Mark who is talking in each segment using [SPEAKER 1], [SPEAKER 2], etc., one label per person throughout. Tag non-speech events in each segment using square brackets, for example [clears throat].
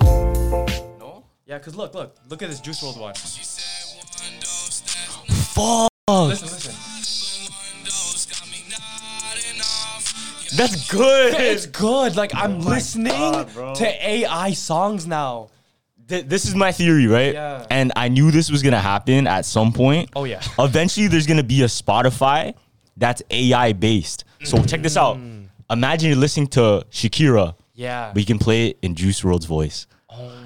[SPEAKER 1] No? Yeah, because look, look, look at this Juice World one.
[SPEAKER 2] Fuck.
[SPEAKER 1] Listen, listen.
[SPEAKER 2] That's good.
[SPEAKER 1] It's good. Like, I'm listening
[SPEAKER 2] Oh God, bro.
[SPEAKER 1] to AI songs now.
[SPEAKER 2] Th- [laughs] this is my theory, right?
[SPEAKER 1] Yeah.
[SPEAKER 2] And I knew this was gonna happen at some point.
[SPEAKER 1] Oh, yeah.
[SPEAKER 2] Eventually, there's gonna be a Spotify that's AI based. So check this out. Imagine you're listening to Shakira,
[SPEAKER 1] Mm. Yeah. Oh
[SPEAKER 2] but you can play it in Juice World's voice.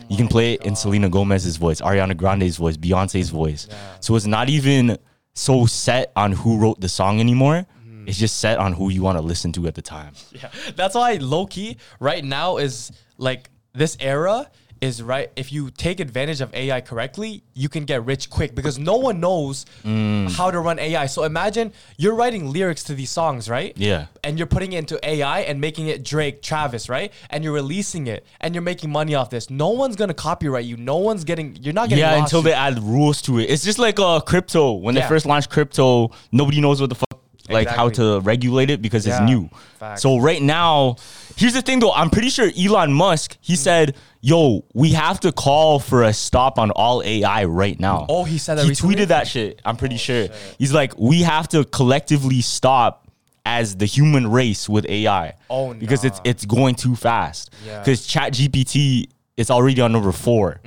[SPEAKER 2] you can play it in Selena Gomez's voice, Ariana Grande's voice, Beyonce's voice. So it's not even so set on who wrote the song anymore.
[SPEAKER 1] Mm.
[SPEAKER 2] It's just set on who you want to listen to at the time.
[SPEAKER 1] yeah. That's why low key right now is like this era is right. If you take advantage of AI correctly, you can get rich quick because no one knows
[SPEAKER 2] Mm.
[SPEAKER 1] how to run AI. So imagine you're writing lyrics to these songs, right?
[SPEAKER 2] Yeah.
[SPEAKER 1] And you're putting it into AI and making it Drake, Travis, right? And you're releasing it and you're making money off this. No one's gonna copyright you. No one's getting. You're not getting.
[SPEAKER 2] Yeah, until
[SPEAKER 1] lawsuits.
[SPEAKER 2] they add rules to it. It's just like uh, crypto. When they
[SPEAKER 1] Yeah.
[SPEAKER 2] first launched crypto, nobody knows what the fuck, like how
[SPEAKER 1] Exactly.
[SPEAKER 2] to regulate it because
[SPEAKER 1] Yeah,
[SPEAKER 2] it's new.
[SPEAKER 1] facts.
[SPEAKER 2] So right now, here's the thing though. I'm pretty sure Elon Musk
[SPEAKER 1] Mm.
[SPEAKER 2] he said, "Yo, we have to call for a stop on all AI right now."
[SPEAKER 1] Oh, he said that
[SPEAKER 2] He
[SPEAKER 1] recently? Oh,
[SPEAKER 2] tweeted that shit. I'm pretty sure. He's like, "We have to collectively stop." As the human race with AI,
[SPEAKER 1] Oh,
[SPEAKER 2] because it's it's going too fast.
[SPEAKER 1] Yeah.
[SPEAKER 2] Because Chat GPT is already on number four.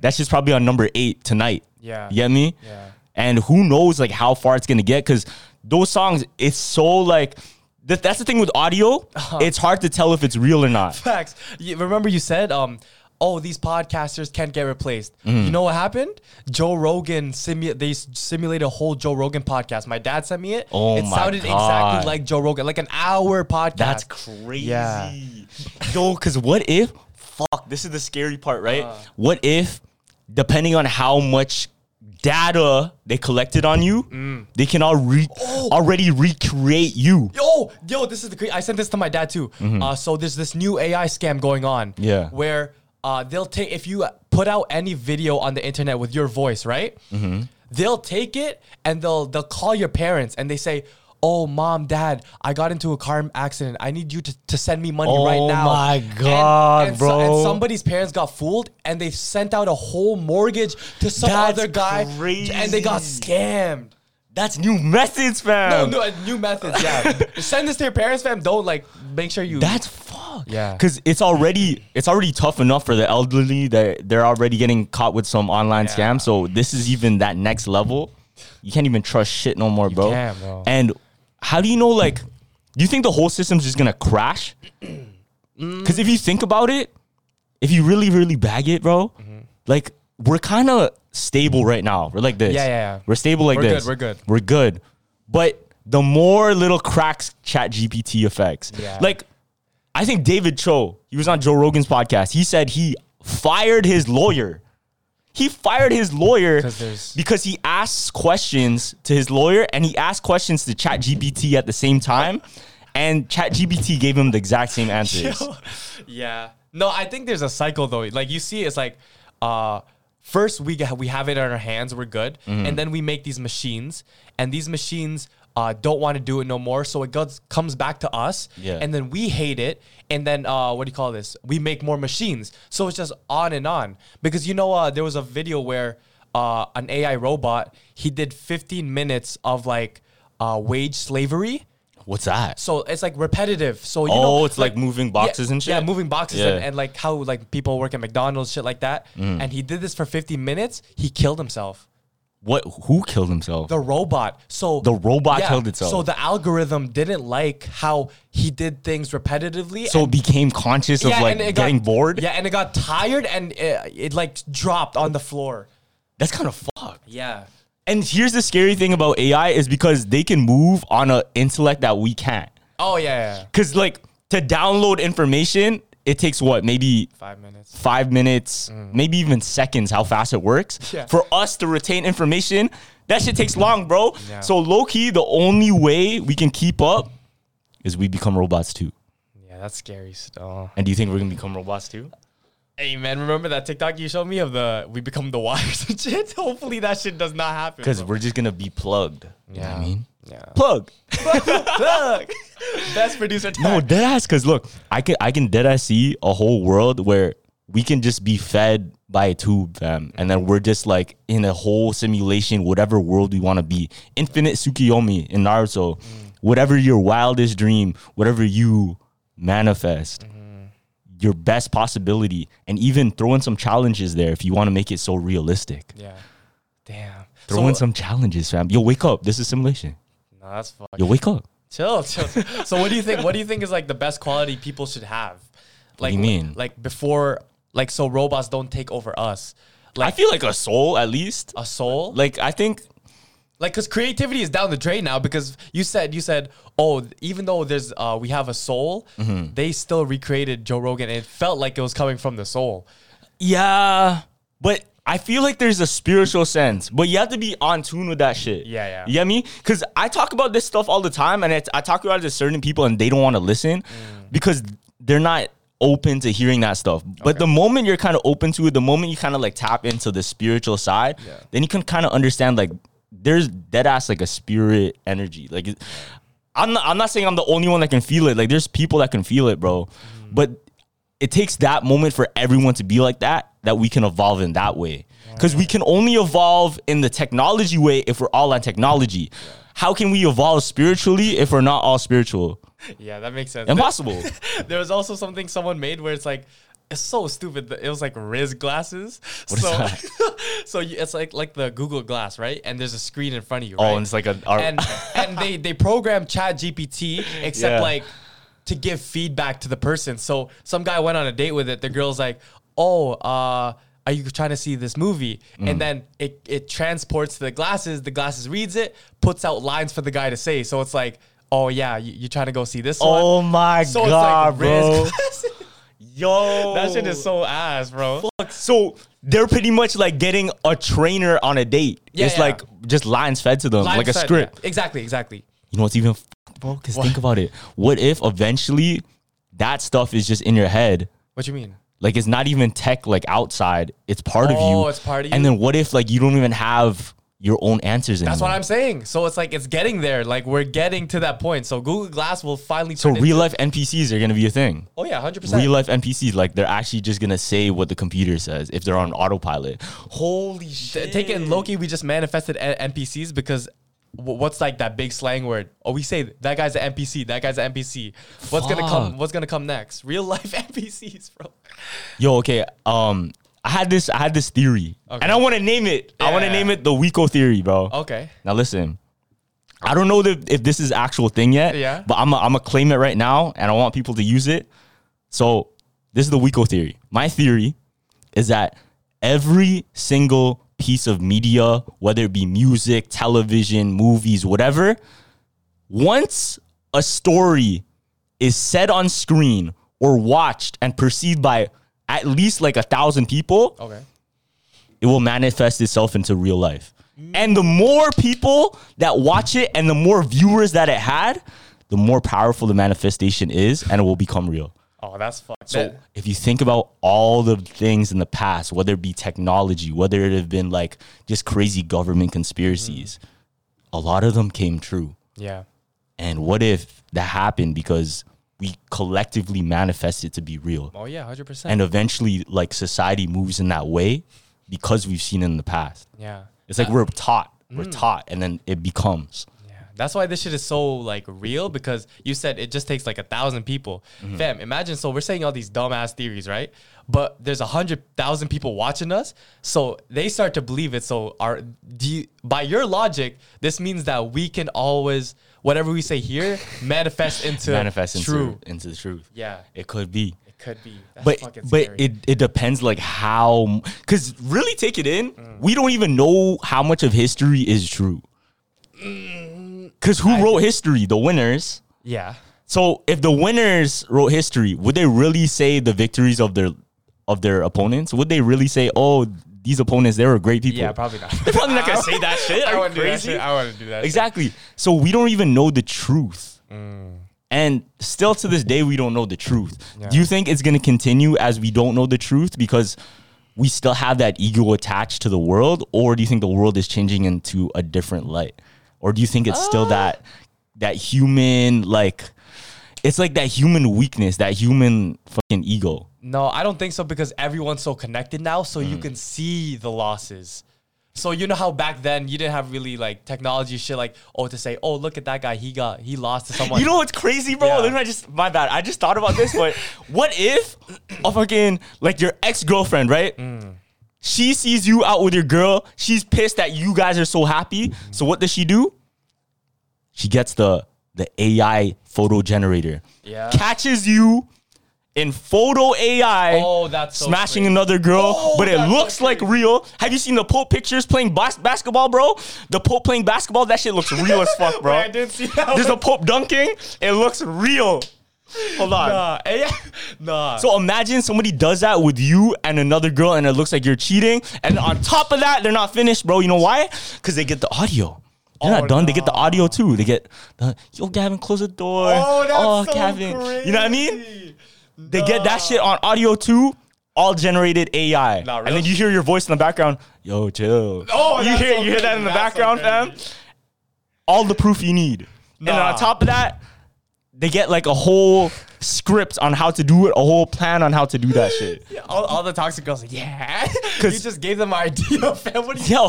[SPEAKER 2] That's just probably on number eight tonight.
[SPEAKER 1] Mm. Yeah.
[SPEAKER 2] You get me?
[SPEAKER 1] Yeah.
[SPEAKER 2] And who knows like how far it's gonna get? Cause those songs, it's so like th- that's the thing with audio.
[SPEAKER 1] Uh-huh.
[SPEAKER 2] It's hard to tell if it's real or
[SPEAKER 1] [laughs]
[SPEAKER 2] not.
[SPEAKER 1] Facts. You, remember you said, um, oh, these podcasters can't get replaced. You
[SPEAKER 2] Mm.
[SPEAKER 1] know what happened? Joe Rogan simu- they s- simulated a whole Joe Rogan podcast. My dad sent me it.
[SPEAKER 2] Oh
[SPEAKER 1] it
[SPEAKER 2] my
[SPEAKER 1] sounded
[SPEAKER 2] God.
[SPEAKER 1] exactly like Joe Rogan, like an hour podcast.
[SPEAKER 2] That's crazy.
[SPEAKER 1] Yeah.
[SPEAKER 2] Yo, cause what if fuck, this is the scary part, right?
[SPEAKER 1] Uh-huh.
[SPEAKER 2] what if depending on how much data they collected on you,
[SPEAKER 1] Mm.
[SPEAKER 2] they can all re-
[SPEAKER 1] Oh.
[SPEAKER 2] already recreate you.
[SPEAKER 1] Yo, yo, this is the. Cre- I sent this to my dad too. Uh, so there's this new AI scam going on.
[SPEAKER 2] Mm-hmm. Yeah.
[SPEAKER 1] Where uh, they'll take if you put out any video on the internet with your voice, right?
[SPEAKER 2] Mm-hmm.
[SPEAKER 1] They'll take it and they'll they'll call your parents and they say. Oh, mom, dad, I got into a car accident. I need you to, to send me money
[SPEAKER 2] Oh
[SPEAKER 1] right now.
[SPEAKER 2] my
[SPEAKER 1] And-
[SPEAKER 2] God,
[SPEAKER 1] and so- and
[SPEAKER 2] bro.
[SPEAKER 1] somebody's parents got fooled and they sent out a whole mortgage to some
[SPEAKER 2] That's
[SPEAKER 1] other guy and they got
[SPEAKER 2] crazy.
[SPEAKER 1] scammed.
[SPEAKER 2] That's new methods,
[SPEAKER 1] No,
[SPEAKER 2] fam.
[SPEAKER 1] no, uh, new methods. Yeah, send this to your parents, fam. Don't like make sure you.
[SPEAKER 2] That's fuck.
[SPEAKER 1] Yeah.
[SPEAKER 2] Cause it's already it's already tough enough for the elderly that they're already getting caught with some online scam. So this is even that next level. You can't even trust shit no more, bro.
[SPEAKER 1] can't, bro.
[SPEAKER 2] And how do you know like do you think the whole system's just
[SPEAKER 1] [clears throat]
[SPEAKER 2] gonna crash?
[SPEAKER 1] Mm.
[SPEAKER 2] Cause if you think about it, if you really, really bag it, bro,
[SPEAKER 1] Mm-hmm.
[SPEAKER 2] like we're kinda stable right now. We're like this.
[SPEAKER 1] Yeah, yeah, yeah.
[SPEAKER 2] We're stable like
[SPEAKER 1] We're good,
[SPEAKER 2] this.
[SPEAKER 1] we're good.
[SPEAKER 2] We're good. But the more little cracks chat GPT affects.
[SPEAKER 1] Yeah.
[SPEAKER 2] Like I think David Cho, he was on Joe Rogan's podcast. He said he fired his lawyer. He fired his lawyer
[SPEAKER 1] 'Cause there's-
[SPEAKER 2] because he asks questions to his lawyer and he asked questions to ChatGPT at the same time. And ChatGPT gave him the exact same answers.
[SPEAKER 1] [laughs] yeah. No, I think there's a cycle though. Like you see, it's like, uh, first we g- we have it in our hands, we're good, and then we make these machines, and these machines. Uh, don't want to do it no more, so it goes, comes back to us,
[SPEAKER 2] Yeah.
[SPEAKER 1] and then we hate it, and then uh, what do you call this? We make more machines, so it's just on and on. Because you know, uh, there was a video where uh, an AI robot he did 15 minutes of like uh, wage slavery,
[SPEAKER 2] What's that?
[SPEAKER 1] so it's like repetitive. So you
[SPEAKER 2] Oh,
[SPEAKER 1] know,
[SPEAKER 2] it's like moving boxes
[SPEAKER 1] yeah,
[SPEAKER 2] and
[SPEAKER 1] Yeah,
[SPEAKER 2] shit?
[SPEAKER 1] moving boxes
[SPEAKER 2] Yeah. Mm.
[SPEAKER 1] and, and like how like people work at McDonald's, shit like that. And he did this for 50 minutes. He killed himself.
[SPEAKER 2] What who killed himself?
[SPEAKER 1] The robot. So
[SPEAKER 2] The robot killed itself.
[SPEAKER 1] So the algorithm didn't like how he did things repetitively.
[SPEAKER 2] so it became conscious of like
[SPEAKER 1] and it
[SPEAKER 2] getting
[SPEAKER 1] got,
[SPEAKER 2] bored.
[SPEAKER 1] Yeah, and it got tired and it, it like dropped on the floor.
[SPEAKER 2] That's kind of fucked.
[SPEAKER 1] Yeah.
[SPEAKER 2] And here's the scary thing about AI is because they can move on an intellect that we can't.
[SPEAKER 1] Oh yeah, yeah.
[SPEAKER 2] Because like to download information, it takes what maybe
[SPEAKER 1] Five minutes.
[SPEAKER 2] five minutes, maybe even seconds, how fast it works.
[SPEAKER 1] Mm. [laughs] Yeah.
[SPEAKER 2] For us to retain information, that shit takes long, bro.
[SPEAKER 1] Yeah.
[SPEAKER 2] So low key, the only way we can keep up is we become robots too.
[SPEAKER 1] Yeah, that's scary still.
[SPEAKER 2] And do you think we're gonna become robots too?
[SPEAKER 1] Hey man, remember that TikTok you showed me of the we become the wires and shit? [laughs] Hopefully that shit does not happen.
[SPEAKER 2] Because we're just gonna be plugged. You know what
[SPEAKER 1] Yeah.
[SPEAKER 2] I mean?
[SPEAKER 1] yeah.
[SPEAKER 2] Plug.
[SPEAKER 1] Look, best producer.
[SPEAKER 2] No,
[SPEAKER 1] tag.
[SPEAKER 2] Oh, dead ass. Cause look, I can I can dead ass see a whole world where we can just be fed by a tube, fam, and then we're just like in a whole simulation, whatever world we want to be. Infinite Tsukiyomi in Naruto,
[SPEAKER 1] Mm.
[SPEAKER 2] whatever your wildest dream, whatever you manifest,
[SPEAKER 1] Mm-hmm.
[SPEAKER 2] your best possibility, and even throw in some challenges there if you want to make it so realistic.
[SPEAKER 1] Yeah. Damn.
[SPEAKER 2] Throw
[SPEAKER 1] So-
[SPEAKER 2] in some challenges, fam. Yo, wake up. This is simulation.
[SPEAKER 1] No, that's fucked.
[SPEAKER 2] Yo, wake up.
[SPEAKER 1] Chill, chill. so what do you think? What do you think is like the best quality people should have? Like
[SPEAKER 2] do you mean?
[SPEAKER 1] Like before, like so robots don't take over us.
[SPEAKER 2] I
[SPEAKER 1] Like uh,
[SPEAKER 2] feel like a soul at least.
[SPEAKER 1] a soul.
[SPEAKER 2] Like I think
[SPEAKER 1] like because creativity is down the drain now because you said you said oh th- even though there's uh we have a soul
[SPEAKER 2] Mm-hmm.
[SPEAKER 1] they still recreated joe rogan and it felt like it was coming from the soul
[SPEAKER 2] Yeah, but I feel like there's a spiritual sense, but you have to be on tune with that shit.
[SPEAKER 1] Yeah, yeah.
[SPEAKER 2] You know what I mean? Because I talk about this stuff all the time, and I, I talk about it to certain people, and they don't want to listen
[SPEAKER 1] Mm.
[SPEAKER 2] because they're not open to hearing that stuff. But the moment you're kind of open to it, the moment you kind of like tap into the spiritual side, then you can kind of understand like there's dead ass like a spirit energy. Like it- I'm not, I'm not saying I'm the only one that can feel it. Like there's people that can feel it,
[SPEAKER 1] Mm.
[SPEAKER 2] bro. But it takes that moment for everyone to be like that that we can evolve in that way because we can only evolve in the technology way if we're all on technology how can we evolve spiritually if we're not all spiritual
[SPEAKER 1] yeah that makes sense [laughs]
[SPEAKER 2] impossible
[SPEAKER 1] there was also something someone made where it's like it's so stupid. that It was like Riz glasses. so, [laughs] so you, it's like like the Google Glass, right? And there's a screen in front of you.
[SPEAKER 2] oh
[SPEAKER 1] right?
[SPEAKER 2] and it's like a our,
[SPEAKER 1] and and they they program Chat GPT except
[SPEAKER 2] Yeah.
[SPEAKER 1] like to give feedback to the person. So some guy went on a date with it. The girl's like, "Oh, uh, are you trying to see this movie?"
[SPEAKER 2] Mm.
[SPEAKER 1] And then it it transports to the glasses. The glasses reads it, puts out lines for the guy to say. So it's like, "Oh yeah, you, you trying to go see this one?"
[SPEAKER 2] oh my
[SPEAKER 1] So
[SPEAKER 2] god bro
[SPEAKER 1] it's like, bro. [laughs]
[SPEAKER 2] yo
[SPEAKER 1] that shit is so ass, bro.
[SPEAKER 2] so they're pretty much like getting a trainer on a date
[SPEAKER 1] Yeah,
[SPEAKER 2] it's
[SPEAKER 1] yeah.
[SPEAKER 2] like just lines fed to them
[SPEAKER 1] Line
[SPEAKER 2] like a
[SPEAKER 1] said,
[SPEAKER 2] script
[SPEAKER 1] yeah. Exactly, exactly.
[SPEAKER 2] You know what's even f- bro? Because think about it. What if eventually that stuff is just in your head?
[SPEAKER 1] What you mean?
[SPEAKER 2] Like it's not even tech like outside. It's part of you.
[SPEAKER 1] Oh, it's part of
[SPEAKER 2] And
[SPEAKER 1] you.
[SPEAKER 2] then what if like you don't even have your own answers
[SPEAKER 1] That's
[SPEAKER 2] anymore?
[SPEAKER 1] what I'm saying. So it's like it's getting there. Like we're getting to that point. So Google Glass will finally.
[SPEAKER 2] so
[SPEAKER 1] turn into-
[SPEAKER 2] real life NPCs are gonna be a thing.
[SPEAKER 1] Oh yeah, hundred
[SPEAKER 2] Real
[SPEAKER 1] percent.
[SPEAKER 2] life NPCs, like they're actually just gonna say what the computer says if they're on autopilot. Holy shit!
[SPEAKER 1] Take it in Loki. We just manifested a- NPCs because wh- what's like that big slang word? Oh, we say that guy's an NPC. That guy's an NPC. What's gonna come?
[SPEAKER 2] Fuck.
[SPEAKER 1] What's gonna come next? Real life [laughs] NPCs, bro.
[SPEAKER 2] Yo, okay. Um, I had this. I had this theory, and I want to name it. I want to
[SPEAKER 1] Yeah.
[SPEAKER 2] name it the Wico theory, bro.
[SPEAKER 1] Okay.
[SPEAKER 2] Now listen, I don't know if, if this is actual thing yet.
[SPEAKER 1] Yeah.
[SPEAKER 2] But I'm gonna claim it right now, and I want people to use it. So this is the Wico theory. My theory is that every single piece of media, whether it be music, television, movies, whatever, once a story is said on screen or watched and perceived by at least like a thousand people,
[SPEAKER 1] Okay.
[SPEAKER 2] it will manifest itself into real life. And the more people that watch it and the more viewers that it had, the more powerful the manifestation is and it will become real.
[SPEAKER 1] Oh, that's fucked.
[SPEAKER 2] So
[SPEAKER 1] That-
[SPEAKER 2] if you think about all the things in the past, whether it be technology, whether it have been like just crazy government conspiracies, a lot of them came true.
[SPEAKER 1] yeah.
[SPEAKER 2] And what if that happened because we collectively manifest it to be real?
[SPEAKER 1] Oh yeah, hundred percent.
[SPEAKER 2] And eventually like society moves in that way because we've seen it in the past.
[SPEAKER 1] Yeah.
[SPEAKER 2] It's like
[SPEAKER 1] Ah.
[SPEAKER 2] we're taught, we're
[SPEAKER 1] Mm.
[SPEAKER 2] taught, and then it becomes.
[SPEAKER 1] Yeah, that's why this shit is so like real because you said it just takes like a thousand people.
[SPEAKER 2] Mm-hmm.
[SPEAKER 1] Fam, imagine so we're saying all these dumbass theories, right? But there's a hundred thousand people watching us, so they start to believe it. So our do you, by your logic, this means that we can always
[SPEAKER 2] [laughs]
[SPEAKER 1] whatever we say here manifest into
[SPEAKER 2] manifest
[SPEAKER 1] true.
[SPEAKER 2] into into the truth.
[SPEAKER 1] Yeah.
[SPEAKER 2] it could be. It
[SPEAKER 1] Could be. That's
[SPEAKER 2] but
[SPEAKER 1] fucking
[SPEAKER 2] but
[SPEAKER 1] scary.
[SPEAKER 2] it, it depends like how because really take it in
[SPEAKER 1] Mm.
[SPEAKER 2] we don't even know how much of history is true
[SPEAKER 1] Mm.
[SPEAKER 2] because who wrote history the winners
[SPEAKER 1] yeah.
[SPEAKER 2] so if the winners wrote history would they really say the victories of their of their opponents would they really say oh these opponents they were great people [laughs]
[SPEAKER 1] Yeah, probably not.
[SPEAKER 2] they're probably not gonna say
[SPEAKER 1] [laughs]
[SPEAKER 2] that shit
[SPEAKER 1] I
[SPEAKER 2] are
[SPEAKER 1] wouldn't
[SPEAKER 2] you
[SPEAKER 1] do that
[SPEAKER 2] crazy
[SPEAKER 1] shit. I wouldn't do that. shit.
[SPEAKER 2] exactly so we don't even know the truth and still to this day we don't know the truth do you think it's going to continue as we don't know the truth because we still have that ego attached to the world or do you think the world is changing into a different light or do you think it's still that that human like it's like that human weakness that human fucking ego
[SPEAKER 1] No, I don't think so because everyone's so connected now, so
[SPEAKER 2] Mm.
[SPEAKER 1] you can see the losses. So you know how back then you didn't have really like technology shit like oh to say oh look at that guy he got he lost
[SPEAKER 2] [laughs]
[SPEAKER 1] to someone
[SPEAKER 2] You know what's crazy, bro?
[SPEAKER 1] Yeah.
[SPEAKER 2] Look, I just my bad. I just thought about this,
[SPEAKER 1] [laughs]
[SPEAKER 2] but what if a fucking like your ex girlfriend, right? She sees you out with your girl. She's pissed that you guys are so happy. So what does she do? She gets the the AI photo generator.
[SPEAKER 1] Yeah.
[SPEAKER 2] Catches you in photo AI.
[SPEAKER 1] Oh, that's so
[SPEAKER 2] smashing
[SPEAKER 1] sweet.
[SPEAKER 2] another girl,
[SPEAKER 1] Oh,
[SPEAKER 2] but it
[SPEAKER 1] that's so
[SPEAKER 2] looks like real. Have you seen the Pope pictures playing bas- basketball, bro? The Pope playing basketball, that shit looks real as fuck,
[SPEAKER 1] [laughs]
[SPEAKER 2] bro.
[SPEAKER 1] Wait, I didn't see that
[SPEAKER 2] [laughs] There's
[SPEAKER 1] one.
[SPEAKER 2] a Pope dunking. It looks real. Hold on.
[SPEAKER 1] nah eh, nah
[SPEAKER 2] So imagine somebody does that with you and another girl, and it looks like you're cheating. And on top of that, they're not finished, bro. You know why? Because they get the audio. They're
[SPEAKER 1] Oh,
[SPEAKER 2] not done. They get the audio too. They get the yo, Gavin, close the door.
[SPEAKER 1] oh that's so
[SPEAKER 2] You know what I mean?
[SPEAKER 1] crazy.
[SPEAKER 2] They get that shit on audio too. All generated AI,
[SPEAKER 1] Nah,
[SPEAKER 2] and then
[SPEAKER 1] real-
[SPEAKER 2] you hear your voice in the background. Yo, chill.
[SPEAKER 1] Oh,
[SPEAKER 2] you
[SPEAKER 1] that's
[SPEAKER 2] hear
[SPEAKER 1] so
[SPEAKER 2] you hear that
[SPEAKER 1] crazy.
[SPEAKER 2] in the
[SPEAKER 1] That's so
[SPEAKER 2] background, fam.
[SPEAKER 1] crazy.
[SPEAKER 2] All the proof you need, and then on
[SPEAKER 1] Nah.
[SPEAKER 2] top of that, they get like a whole script on how to do it, a whole plan on how to do that
[SPEAKER 1] [laughs]
[SPEAKER 2] shit.
[SPEAKER 1] Yeah, all, all the toxic girls like yeah [laughs] you
[SPEAKER 2] 'Cause-
[SPEAKER 1] just gave them an idea [laughs] fam what are you
[SPEAKER 2] Yo,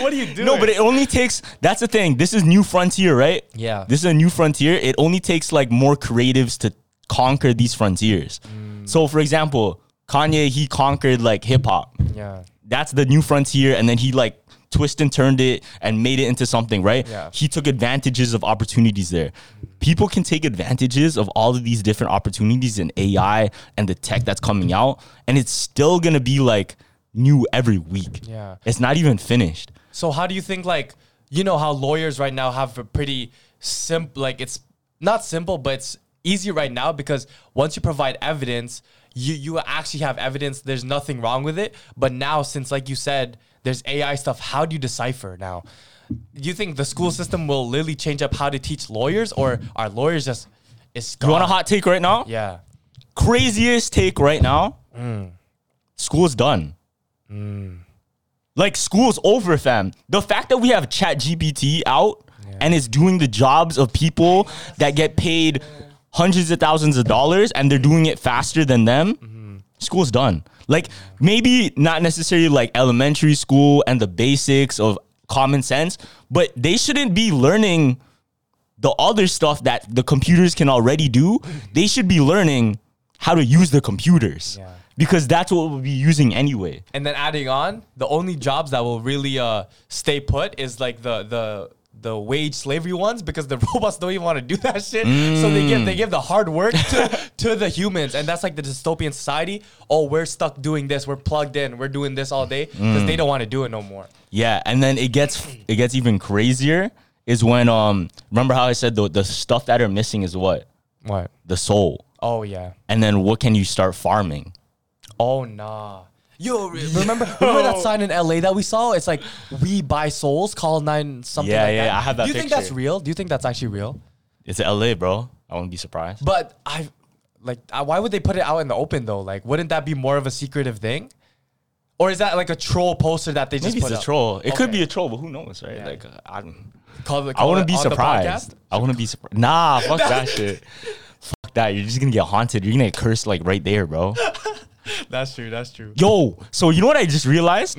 [SPEAKER 1] what are you doing
[SPEAKER 2] [laughs] no, but it only takes. That's the thing. This is new frontier, right?
[SPEAKER 1] Yeah.
[SPEAKER 2] This is a new frontier. It only takes like more creatives to conquer these frontiers.
[SPEAKER 1] Mm.
[SPEAKER 2] So, for example, Kanye he conquered like hip hop.
[SPEAKER 1] yeah
[SPEAKER 2] that's the new frontier and then he like twist and turned it and made it into something right
[SPEAKER 1] Yeah.
[SPEAKER 2] he took advantages of opportunities there people can take advantages of all of these different opportunities in ai and the tech that's coming out and it's still gonna be like new every week
[SPEAKER 1] Yeah.
[SPEAKER 2] it's not even finished
[SPEAKER 1] So how do you think like you know how lawyers right now have a pretty simple like it's not simple but it's easy right now because once you provide evidence you you actually have evidence there's nothing wrong with it but now since like you said there's AI stuff how do you decipher now do you think the school system will literally change up how to teach lawyers or are lawyers just it's
[SPEAKER 2] you want a
[SPEAKER 1] gone?
[SPEAKER 2] hot take right now
[SPEAKER 1] yeah
[SPEAKER 2] craziest take right now school's done like school's over fam the fact that we have chat gpt out and it's doing the jobs of people that get paid hundreds of thousands of dollars and they're doing it faster than them school's done like maybe not necessarily like elementary school and the basics of common sense but they shouldn't be learning the other stuff that the computers can already do, they should be learning how to use the computers
[SPEAKER 1] Yeah.
[SPEAKER 2] because that's what we'll be using anyway.
[SPEAKER 1] and then adding on the only jobs that will really uh stay put is like the the the wage slavery ones because the [laughs] robots don't even want to do that shit so they give they give the hard work [laughs] to, to the humans and that's like the dystopian society oh we're stuck doing this we're plugged in we're doing this all day because they don't want to do it no more
[SPEAKER 2] Yeah, and then it gets it gets even crazier is when um remember how I said the the stuff that are missing is what
[SPEAKER 1] what
[SPEAKER 2] the soul,
[SPEAKER 1] oh yeah
[SPEAKER 2] and then what can you start farming?
[SPEAKER 1] oh nah Yo, re- remember, remember [laughs] that sign in LA that we saw? It's like we buy souls, call nine something.
[SPEAKER 2] Yeah,
[SPEAKER 1] like
[SPEAKER 2] yeah,
[SPEAKER 1] that.
[SPEAKER 2] I have that
[SPEAKER 1] Do you think that's
[SPEAKER 2] picture.
[SPEAKER 1] real? Do you think that's actually real?
[SPEAKER 2] It's LA, bro. I wouldn't be surprised.
[SPEAKER 1] But I like uh, why would they put it out in the open though? Like wouldn't that be more of a secretive thing? Or is that like a troll poster that they just
[SPEAKER 2] Maybe
[SPEAKER 1] put
[SPEAKER 2] it's a
[SPEAKER 1] up?
[SPEAKER 2] troll. It could
[SPEAKER 1] Okay.
[SPEAKER 2] be a troll, but who knows, right?
[SPEAKER 1] Yeah.
[SPEAKER 2] Like I don't.
[SPEAKER 1] Call the-
[SPEAKER 2] I
[SPEAKER 1] call
[SPEAKER 2] wouldn't
[SPEAKER 1] it
[SPEAKER 2] be
[SPEAKER 1] on the
[SPEAKER 2] surprised.
[SPEAKER 1] podcast?
[SPEAKER 2] I wouldn't be surprised. Nah, fuck that [laughs] shit. Fuck that. You're just gonna get haunted. You're gonna get cursed like right there, bro.
[SPEAKER 1] That's true. That's true.
[SPEAKER 2] Yo, so you know what I just realized?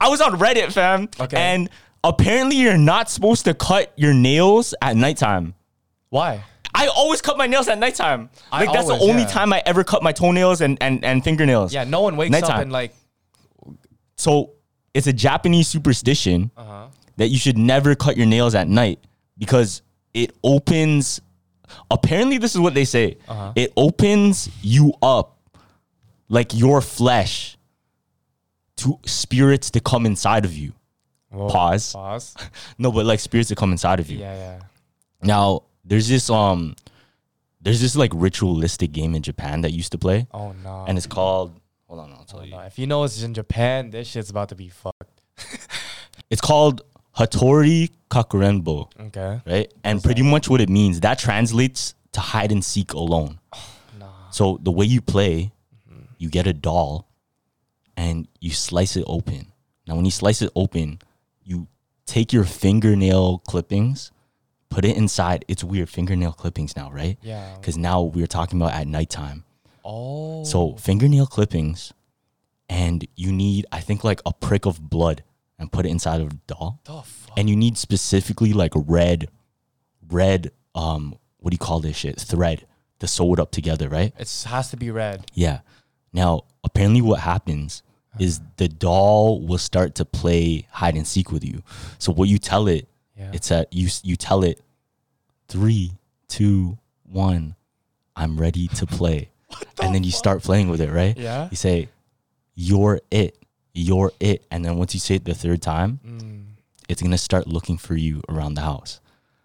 [SPEAKER 2] I was on Reddit, fam.
[SPEAKER 1] Mm. Okay.
[SPEAKER 2] And apparently you're not supposed to cut your nails at nighttime.
[SPEAKER 1] Why?
[SPEAKER 2] I always cut my nails at nighttime.
[SPEAKER 1] I
[SPEAKER 2] Like that's
[SPEAKER 1] always,
[SPEAKER 2] the only
[SPEAKER 1] yeah.
[SPEAKER 2] time I ever cut my toenails and and, and fingernails.
[SPEAKER 1] Yeah, no one wakes up
[SPEAKER 2] Nighttime.
[SPEAKER 1] and like
[SPEAKER 2] So it's a Japanese superstition that you should never cut your nails at night because it opens apparently this is what they say. It opens you up like your flesh to spirits to come inside of you. Pause.
[SPEAKER 1] Pause. [laughs]
[SPEAKER 2] No, but like spirits that come inside of you.
[SPEAKER 1] Yeah, yeah.
[SPEAKER 2] Now, there's this um there's this like ritualistic game in Japan that used to play
[SPEAKER 1] Oh no.
[SPEAKER 2] and it's called Hold on, I'll tell you.
[SPEAKER 1] no. If you know it's in Japan, this shit's about to be fucked.
[SPEAKER 2] It's called Hattori Kakurenbo.
[SPEAKER 1] Okay.
[SPEAKER 2] right? And pretty much what it means that translates to hide and
[SPEAKER 1] [sighs]
[SPEAKER 2] seek alone. So the way you play, you get a doll, and you slice it open. Now, when you slice it open, you take your fingernail clippings, put it inside. It's weird fingernail clippings now, right?
[SPEAKER 1] Yeah.
[SPEAKER 2] Because now we're talking about at nighttime.
[SPEAKER 1] Oh.
[SPEAKER 2] So fingernail clippings, and you need I think like a prick of blood and put it inside of a doll
[SPEAKER 1] the fuck?
[SPEAKER 2] and you need specifically like red, red, um, what do you call this shit? Thread to sew it up together, right?
[SPEAKER 1] It has to be red.
[SPEAKER 2] Yeah. Now, apparently, what happens is the doll will start to play hide and seek with you. So what you tell it,
[SPEAKER 1] Yeah.
[SPEAKER 2] it's at you. You tell it three, two, one. I'm ready to play, and then you start playing with it, right?
[SPEAKER 1] Yeah.
[SPEAKER 2] You say, "You're it, you're it," and then once you say it the third time, it's gonna start looking for you around the house.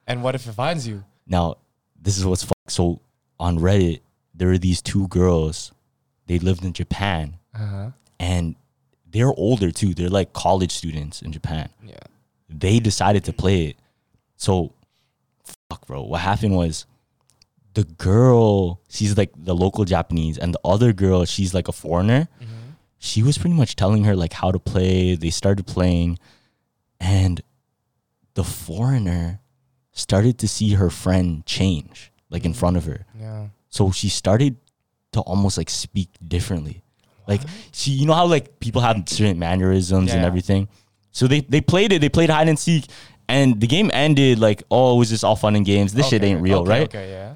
[SPEAKER 1] And what if it finds you?
[SPEAKER 2] Now, this is what's fuck. So on Reddit, there are these two girls. They lived in Japan, and they're older too. They're like college students in Japan.
[SPEAKER 1] Yeah.
[SPEAKER 2] They decided to play it. So, fuck, bro. What happened was the girl, she's like the local Japanese, and the other girl, she's like a foreigner. She was pretty much telling her like how to play. They started playing, and the foreigner started to see her friend change like in front of her
[SPEAKER 1] Yeah.
[SPEAKER 2] so she started to almost like speak differently like she you know how like people have certain mannerisms and
[SPEAKER 1] Yeah.
[SPEAKER 2] everything so they they played it they played hide and seek and the game ended like oh it was just all fun and games this shit
[SPEAKER 1] Okay,
[SPEAKER 2] ain't real
[SPEAKER 1] okay,
[SPEAKER 2] right
[SPEAKER 1] Okay, yeah.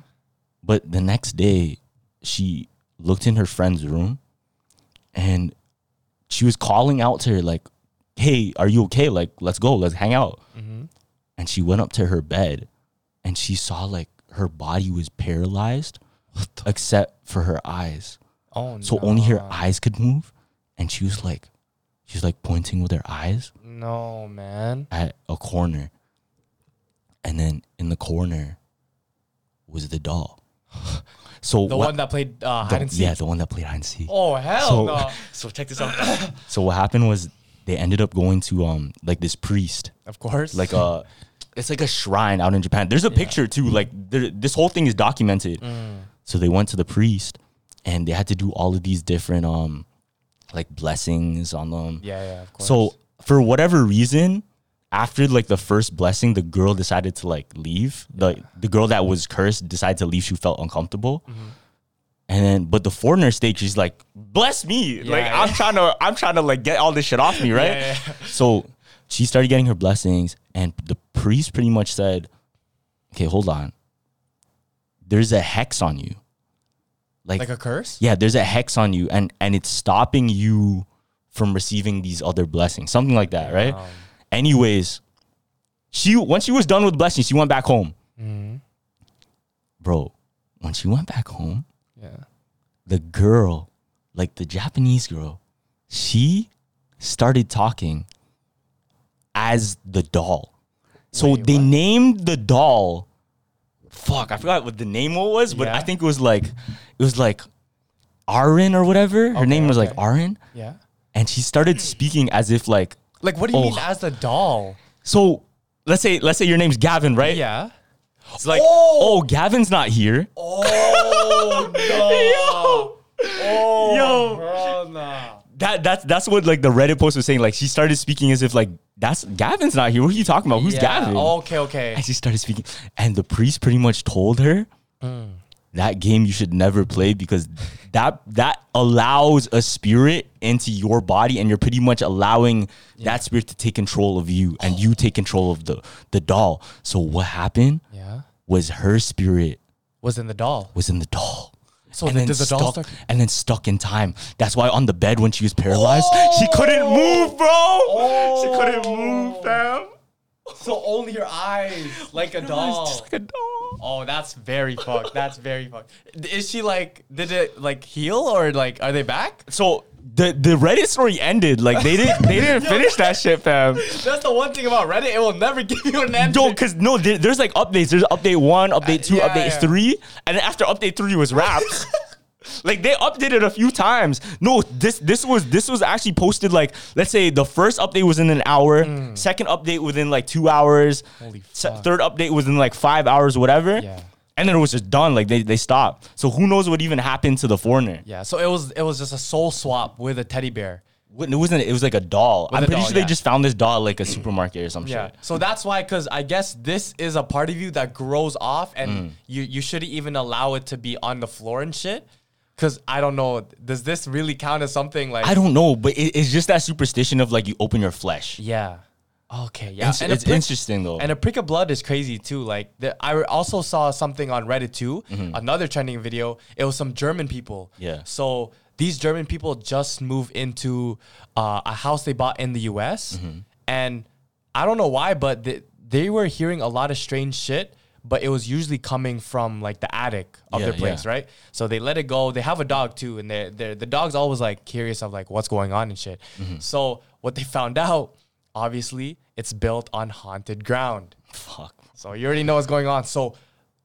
[SPEAKER 2] but the next day, she looked in her friend's room and she was calling out to her, like, hey, are you okay? Like, let's go, let's hang out. And she went up to her bed and she saw, like, her body was paralyzed except for her eyes.
[SPEAKER 1] Oh no.
[SPEAKER 2] So only her eyes could move. And she was like, she's like pointing with her eyes
[SPEAKER 1] No, man.
[SPEAKER 2] at a corner. And then in the corner was the doll. So
[SPEAKER 1] The
[SPEAKER 2] what-
[SPEAKER 1] one that played uh,
[SPEAKER 2] the-
[SPEAKER 1] hide and seek.
[SPEAKER 2] Yeah, the one that played hide and seek.
[SPEAKER 1] Oh hell
[SPEAKER 2] So-
[SPEAKER 1] no.
[SPEAKER 2] [laughs] So check this out. so what happened was they ended up going to um like this priest,
[SPEAKER 1] [coughs] Of course. [laughs]
[SPEAKER 2] like a it's like a shrine out in Japan. There's a picture too. Like there, this whole thing is documented.
[SPEAKER 1] Mm.
[SPEAKER 2] So they went to the priest, and they had to do all of these different um like blessings on them.
[SPEAKER 1] Yeah, yeah. Of course.
[SPEAKER 2] So for whatever reason, after like the first blessing, the girl decided to like leave. Like the girl that was cursed decided to leave. She felt uncomfortable.
[SPEAKER 1] Mm-hmm.
[SPEAKER 2] And then, but the foreigner state, she's like, "Bless me! like
[SPEAKER 1] yeah.
[SPEAKER 2] I'm trying to, I'm trying to like get all this shit off me, right?"
[SPEAKER 1] yeah,
[SPEAKER 2] So she started getting her blessings, and the priest pretty much said, "Okay, hold on. There's a hex on you.
[SPEAKER 1] like a curse.
[SPEAKER 2] Yeah, there's a hex on you, and and it's stopping you from receiving these other blessings, something like that, right?
[SPEAKER 1] Um,
[SPEAKER 2] Anyways, she once she was done with blessings, she went back home. Bro, when she went back home,
[SPEAKER 1] Yeah.
[SPEAKER 2] the girl, like the Japanese girl, she started talking as the doll. So they named the doll. Fuck, I forgot what the name was, but
[SPEAKER 1] Yeah.
[SPEAKER 2] I think it was like it was like Arin or whatever. Her name was like
[SPEAKER 1] okay.
[SPEAKER 2] Arin,
[SPEAKER 1] Yeah.
[SPEAKER 2] and she started speaking as if like
[SPEAKER 1] Like what do you
[SPEAKER 2] Oh.
[SPEAKER 1] mean as the doll?
[SPEAKER 2] so. Let's say let's say your name's Gavin, right?
[SPEAKER 1] Yeah.
[SPEAKER 2] It's like
[SPEAKER 1] Oh.
[SPEAKER 2] oh Gavin's not here. [laughs]
[SPEAKER 1] Oh no. Oh,
[SPEAKER 2] Yo.
[SPEAKER 1] Bro, nah.
[SPEAKER 2] that that's that's what like the Reddit post was saying. Like she started speaking as if like that's Gavin's not here. What are you talking about? Who's
[SPEAKER 1] Yeah, Oh.
[SPEAKER 2] Gavin?
[SPEAKER 1] Okay, okay.
[SPEAKER 2] And she started speaking, and the priest pretty much told her
[SPEAKER 1] Mm.
[SPEAKER 2] that game you should never play because that that allows a spirit into your body, and you're pretty much allowing that spirit to take control of you, and you take control of the the doll. So what happened
[SPEAKER 1] Yeah.
[SPEAKER 2] was her spirit
[SPEAKER 1] Was in the doll.
[SPEAKER 2] was in the doll.
[SPEAKER 1] So then did the doll
[SPEAKER 2] stuck,
[SPEAKER 1] start-
[SPEAKER 2] and then stuck in time. That's why on the bed
[SPEAKER 1] Oh!
[SPEAKER 2] when she was paralyzed, she couldn't move, bro. She couldn't move, fam.
[SPEAKER 1] So only your eyes, like a
[SPEAKER 2] [laughs]
[SPEAKER 1] doll.
[SPEAKER 2] like a doll.
[SPEAKER 1] Oh, that's very fucked. That's very fucked. Is she like? Did it like heal or like? Are they back?
[SPEAKER 2] So the the Reddit story ended. Like they didn't they
[SPEAKER 1] [laughs]
[SPEAKER 2] didn't finish that shit, fam.
[SPEAKER 1] That's the one thing about Reddit. It will never [laughs] give you an answer.
[SPEAKER 2] Yo, because no, there, there's like updates. There's update one, update two,
[SPEAKER 1] yeah,
[SPEAKER 2] update
[SPEAKER 1] yeah.
[SPEAKER 2] three, and then after update three was
[SPEAKER 1] [laughs]
[SPEAKER 2] wrapped. like they updated a few times. No, this this was this was actually posted like let's say the first update was in an hour, second update within like two hours,
[SPEAKER 1] Hmm. Holy
[SPEAKER 2] se-
[SPEAKER 1] fuck.
[SPEAKER 2] third update within like five hours, whatever.
[SPEAKER 1] Yeah.
[SPEAKER 2] And then it was just done. Like they they stopped. So who knows what even happened to the foreigner?
[SPEAKER 1] yeah. So it was. It was just a soul swap with a teddy bear.
[SPEAKER 2] It wasn't. It was like a doll. I'm
[SPEAKER 1] a
[SPEAKER 2] pretty
[SPEAKER 1] doll,
[SPEAKER 2] sure they
[SPEAKER 1] yeah.
[SPEAKER 2] just found this doll at, like a supermarket or some
[SPEAKER 1] Yeah.
[SPEAKER 2] shit.
[SPEAKER 1] So that's why, because I guess this is a part of you that grows off, and you you shouldn't even allow it to be on the floor and shit. Because I don't know, does this really count as something like?
[SPEAKER 2] I don't know, but it, it's just that superstition of like you open your flesh.
[SPEAKER 1] Yeah. Okay. Yeah.
[SPEAKER 2] It's,
[SPEAKER 1] And a
[SPEAKER 2] it's
[SPEAKER 1] prick-
[SPEAKER 2] interesting though.
[SPEAKER 1] And a prick of blood is crazy too. Like the, I also saw something on Reddit too, another trending video. It was some German people.
[SPEAKER 2] Mm-hmm. Yeah.
[SPEAKER 1] So these German people just moved into uh, a house they bought in the U.S.
[SPEAKER 2] Mm-hmm.
[SPEAKER 1] and I don't know why, but they, they were hearing a lot of strange shit. But it was usually coming from like the attic of
[SPEAKER 2] Yeah,
[SPEAKER 1] their place,
[SPEAKER 2] yeah.
[SPEAKER 1] right? So they let it go. They have a dog too, and they they the dog's always like curious of like what's going on and shit.
[SPEAKER 2] Mm-hmm.
[SPEAKER 1] So what they found out, obviously, it's built on haunted ground.
[SPEAKER 2] Fuck.
[SPEAKER 1] So you already know what's going on. So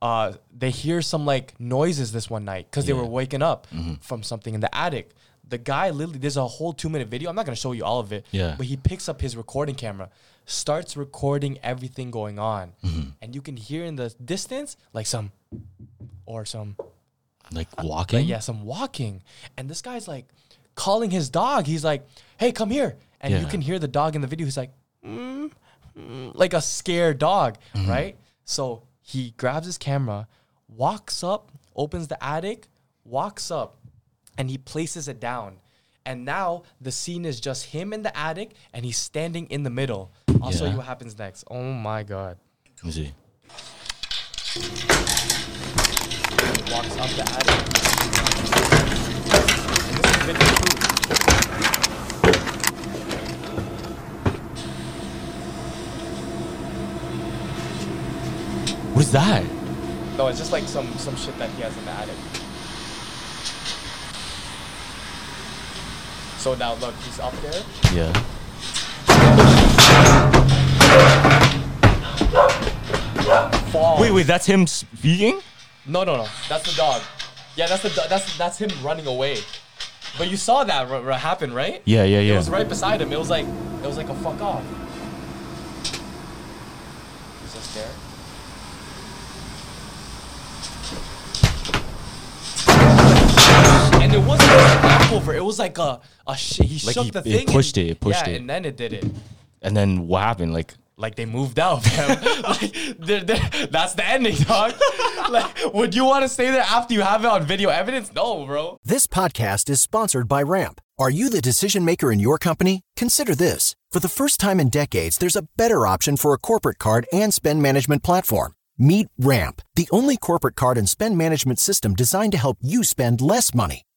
[SPEAKER 1] uh, they hear some like noises this one night because they were waking up
[SPEAKER 2] Mm-hmm.
[SPEAKER 1] from something in the attic. The guy literally, there's a whole two minute video. I'm not gonna show you all of it.
[SPEAKER 2] Yeah.
[SPEAKER 1] But he picks up his recording camera, starts recording everything going on,
[SPEAKER 2] Mm-hmm.
[SPEAKER 1] and you can hear in the distance like some, or some,
[SPEAKER 2] Like walking.
[SPEAKER 1] yeah, some walking. And this guy's like calling his dog. He's like, "Hey, come here!" And you
[SPEAKER 2] Yeah.
[SPEAKER 1] can hear the dog in the video. He's like, "Mm-hmm," like a scared dog,
[SPEAKER 2] Mm-hmm.
[SPEAKER 1] right? So he grabs his camera, walks up, opens the attic, walks up, and he places it down. And now the scene is just him in the attic and he's standing in the middle. I'll show
[SPEAKER 2] Yeah.
[SPEAKER 1] you what happens next. Oh my God.
[SPEAKER 2] Let me see.
[SPEAKER 1] Walks up the attic.
[SPEAKER 2] What is that?
[SPEAKER 1] No, it's just like some, some shit that he has in the attic. So now look, he's up there.
[SPEAKER 2] Yeah.
[SPEAKER 1] Fall.
[SPEAKER 2] Wait, wait, that's him speaking?
[SPEAKER 1] No, no, no. That's the dog. Yeah, that's the do- that's that's him running away. But you saw that r- r- happen, right?
[SPEAKER 2] Yeah, yeah, yeah.
[SPEAKER 1] It was right beside him. It was like it was like a fuck off. Is this there? And it wasn't just a leftover. It was like a a shit. He
[SPEAKER 2] Like
[SPEAKER 1] shook
[SPEAKER 2] he-
[SPEAKER 1] the
[SPEAKER 2] it
[SPEAKER 1] thing.
[SPEAKER 2] pushed
[SPEAKER 1] and,
[SPEAKER 2] it, it pushed
[SPEAKER 1] yeah,
[SPEAKER 2] it.
[SPEAKER 1] and then it did it
[SPEAKER 2] And then what happened? Like,
[SPEAKER 1] like they moved out, [laughs] fam. like they're, they're- that's the ending, dog. [laughs] like, would you want to stay there after you have it on video evidence? No, bro.
[SPEAKER 3] This podcast is sponsored by Ramp. Are you the decision maker in your company? Consider this. For the first time in decades, there's a better option for a corporate card and spend management platform. Meet Ramp, the only corporate card and spend management system designed to help you spend less money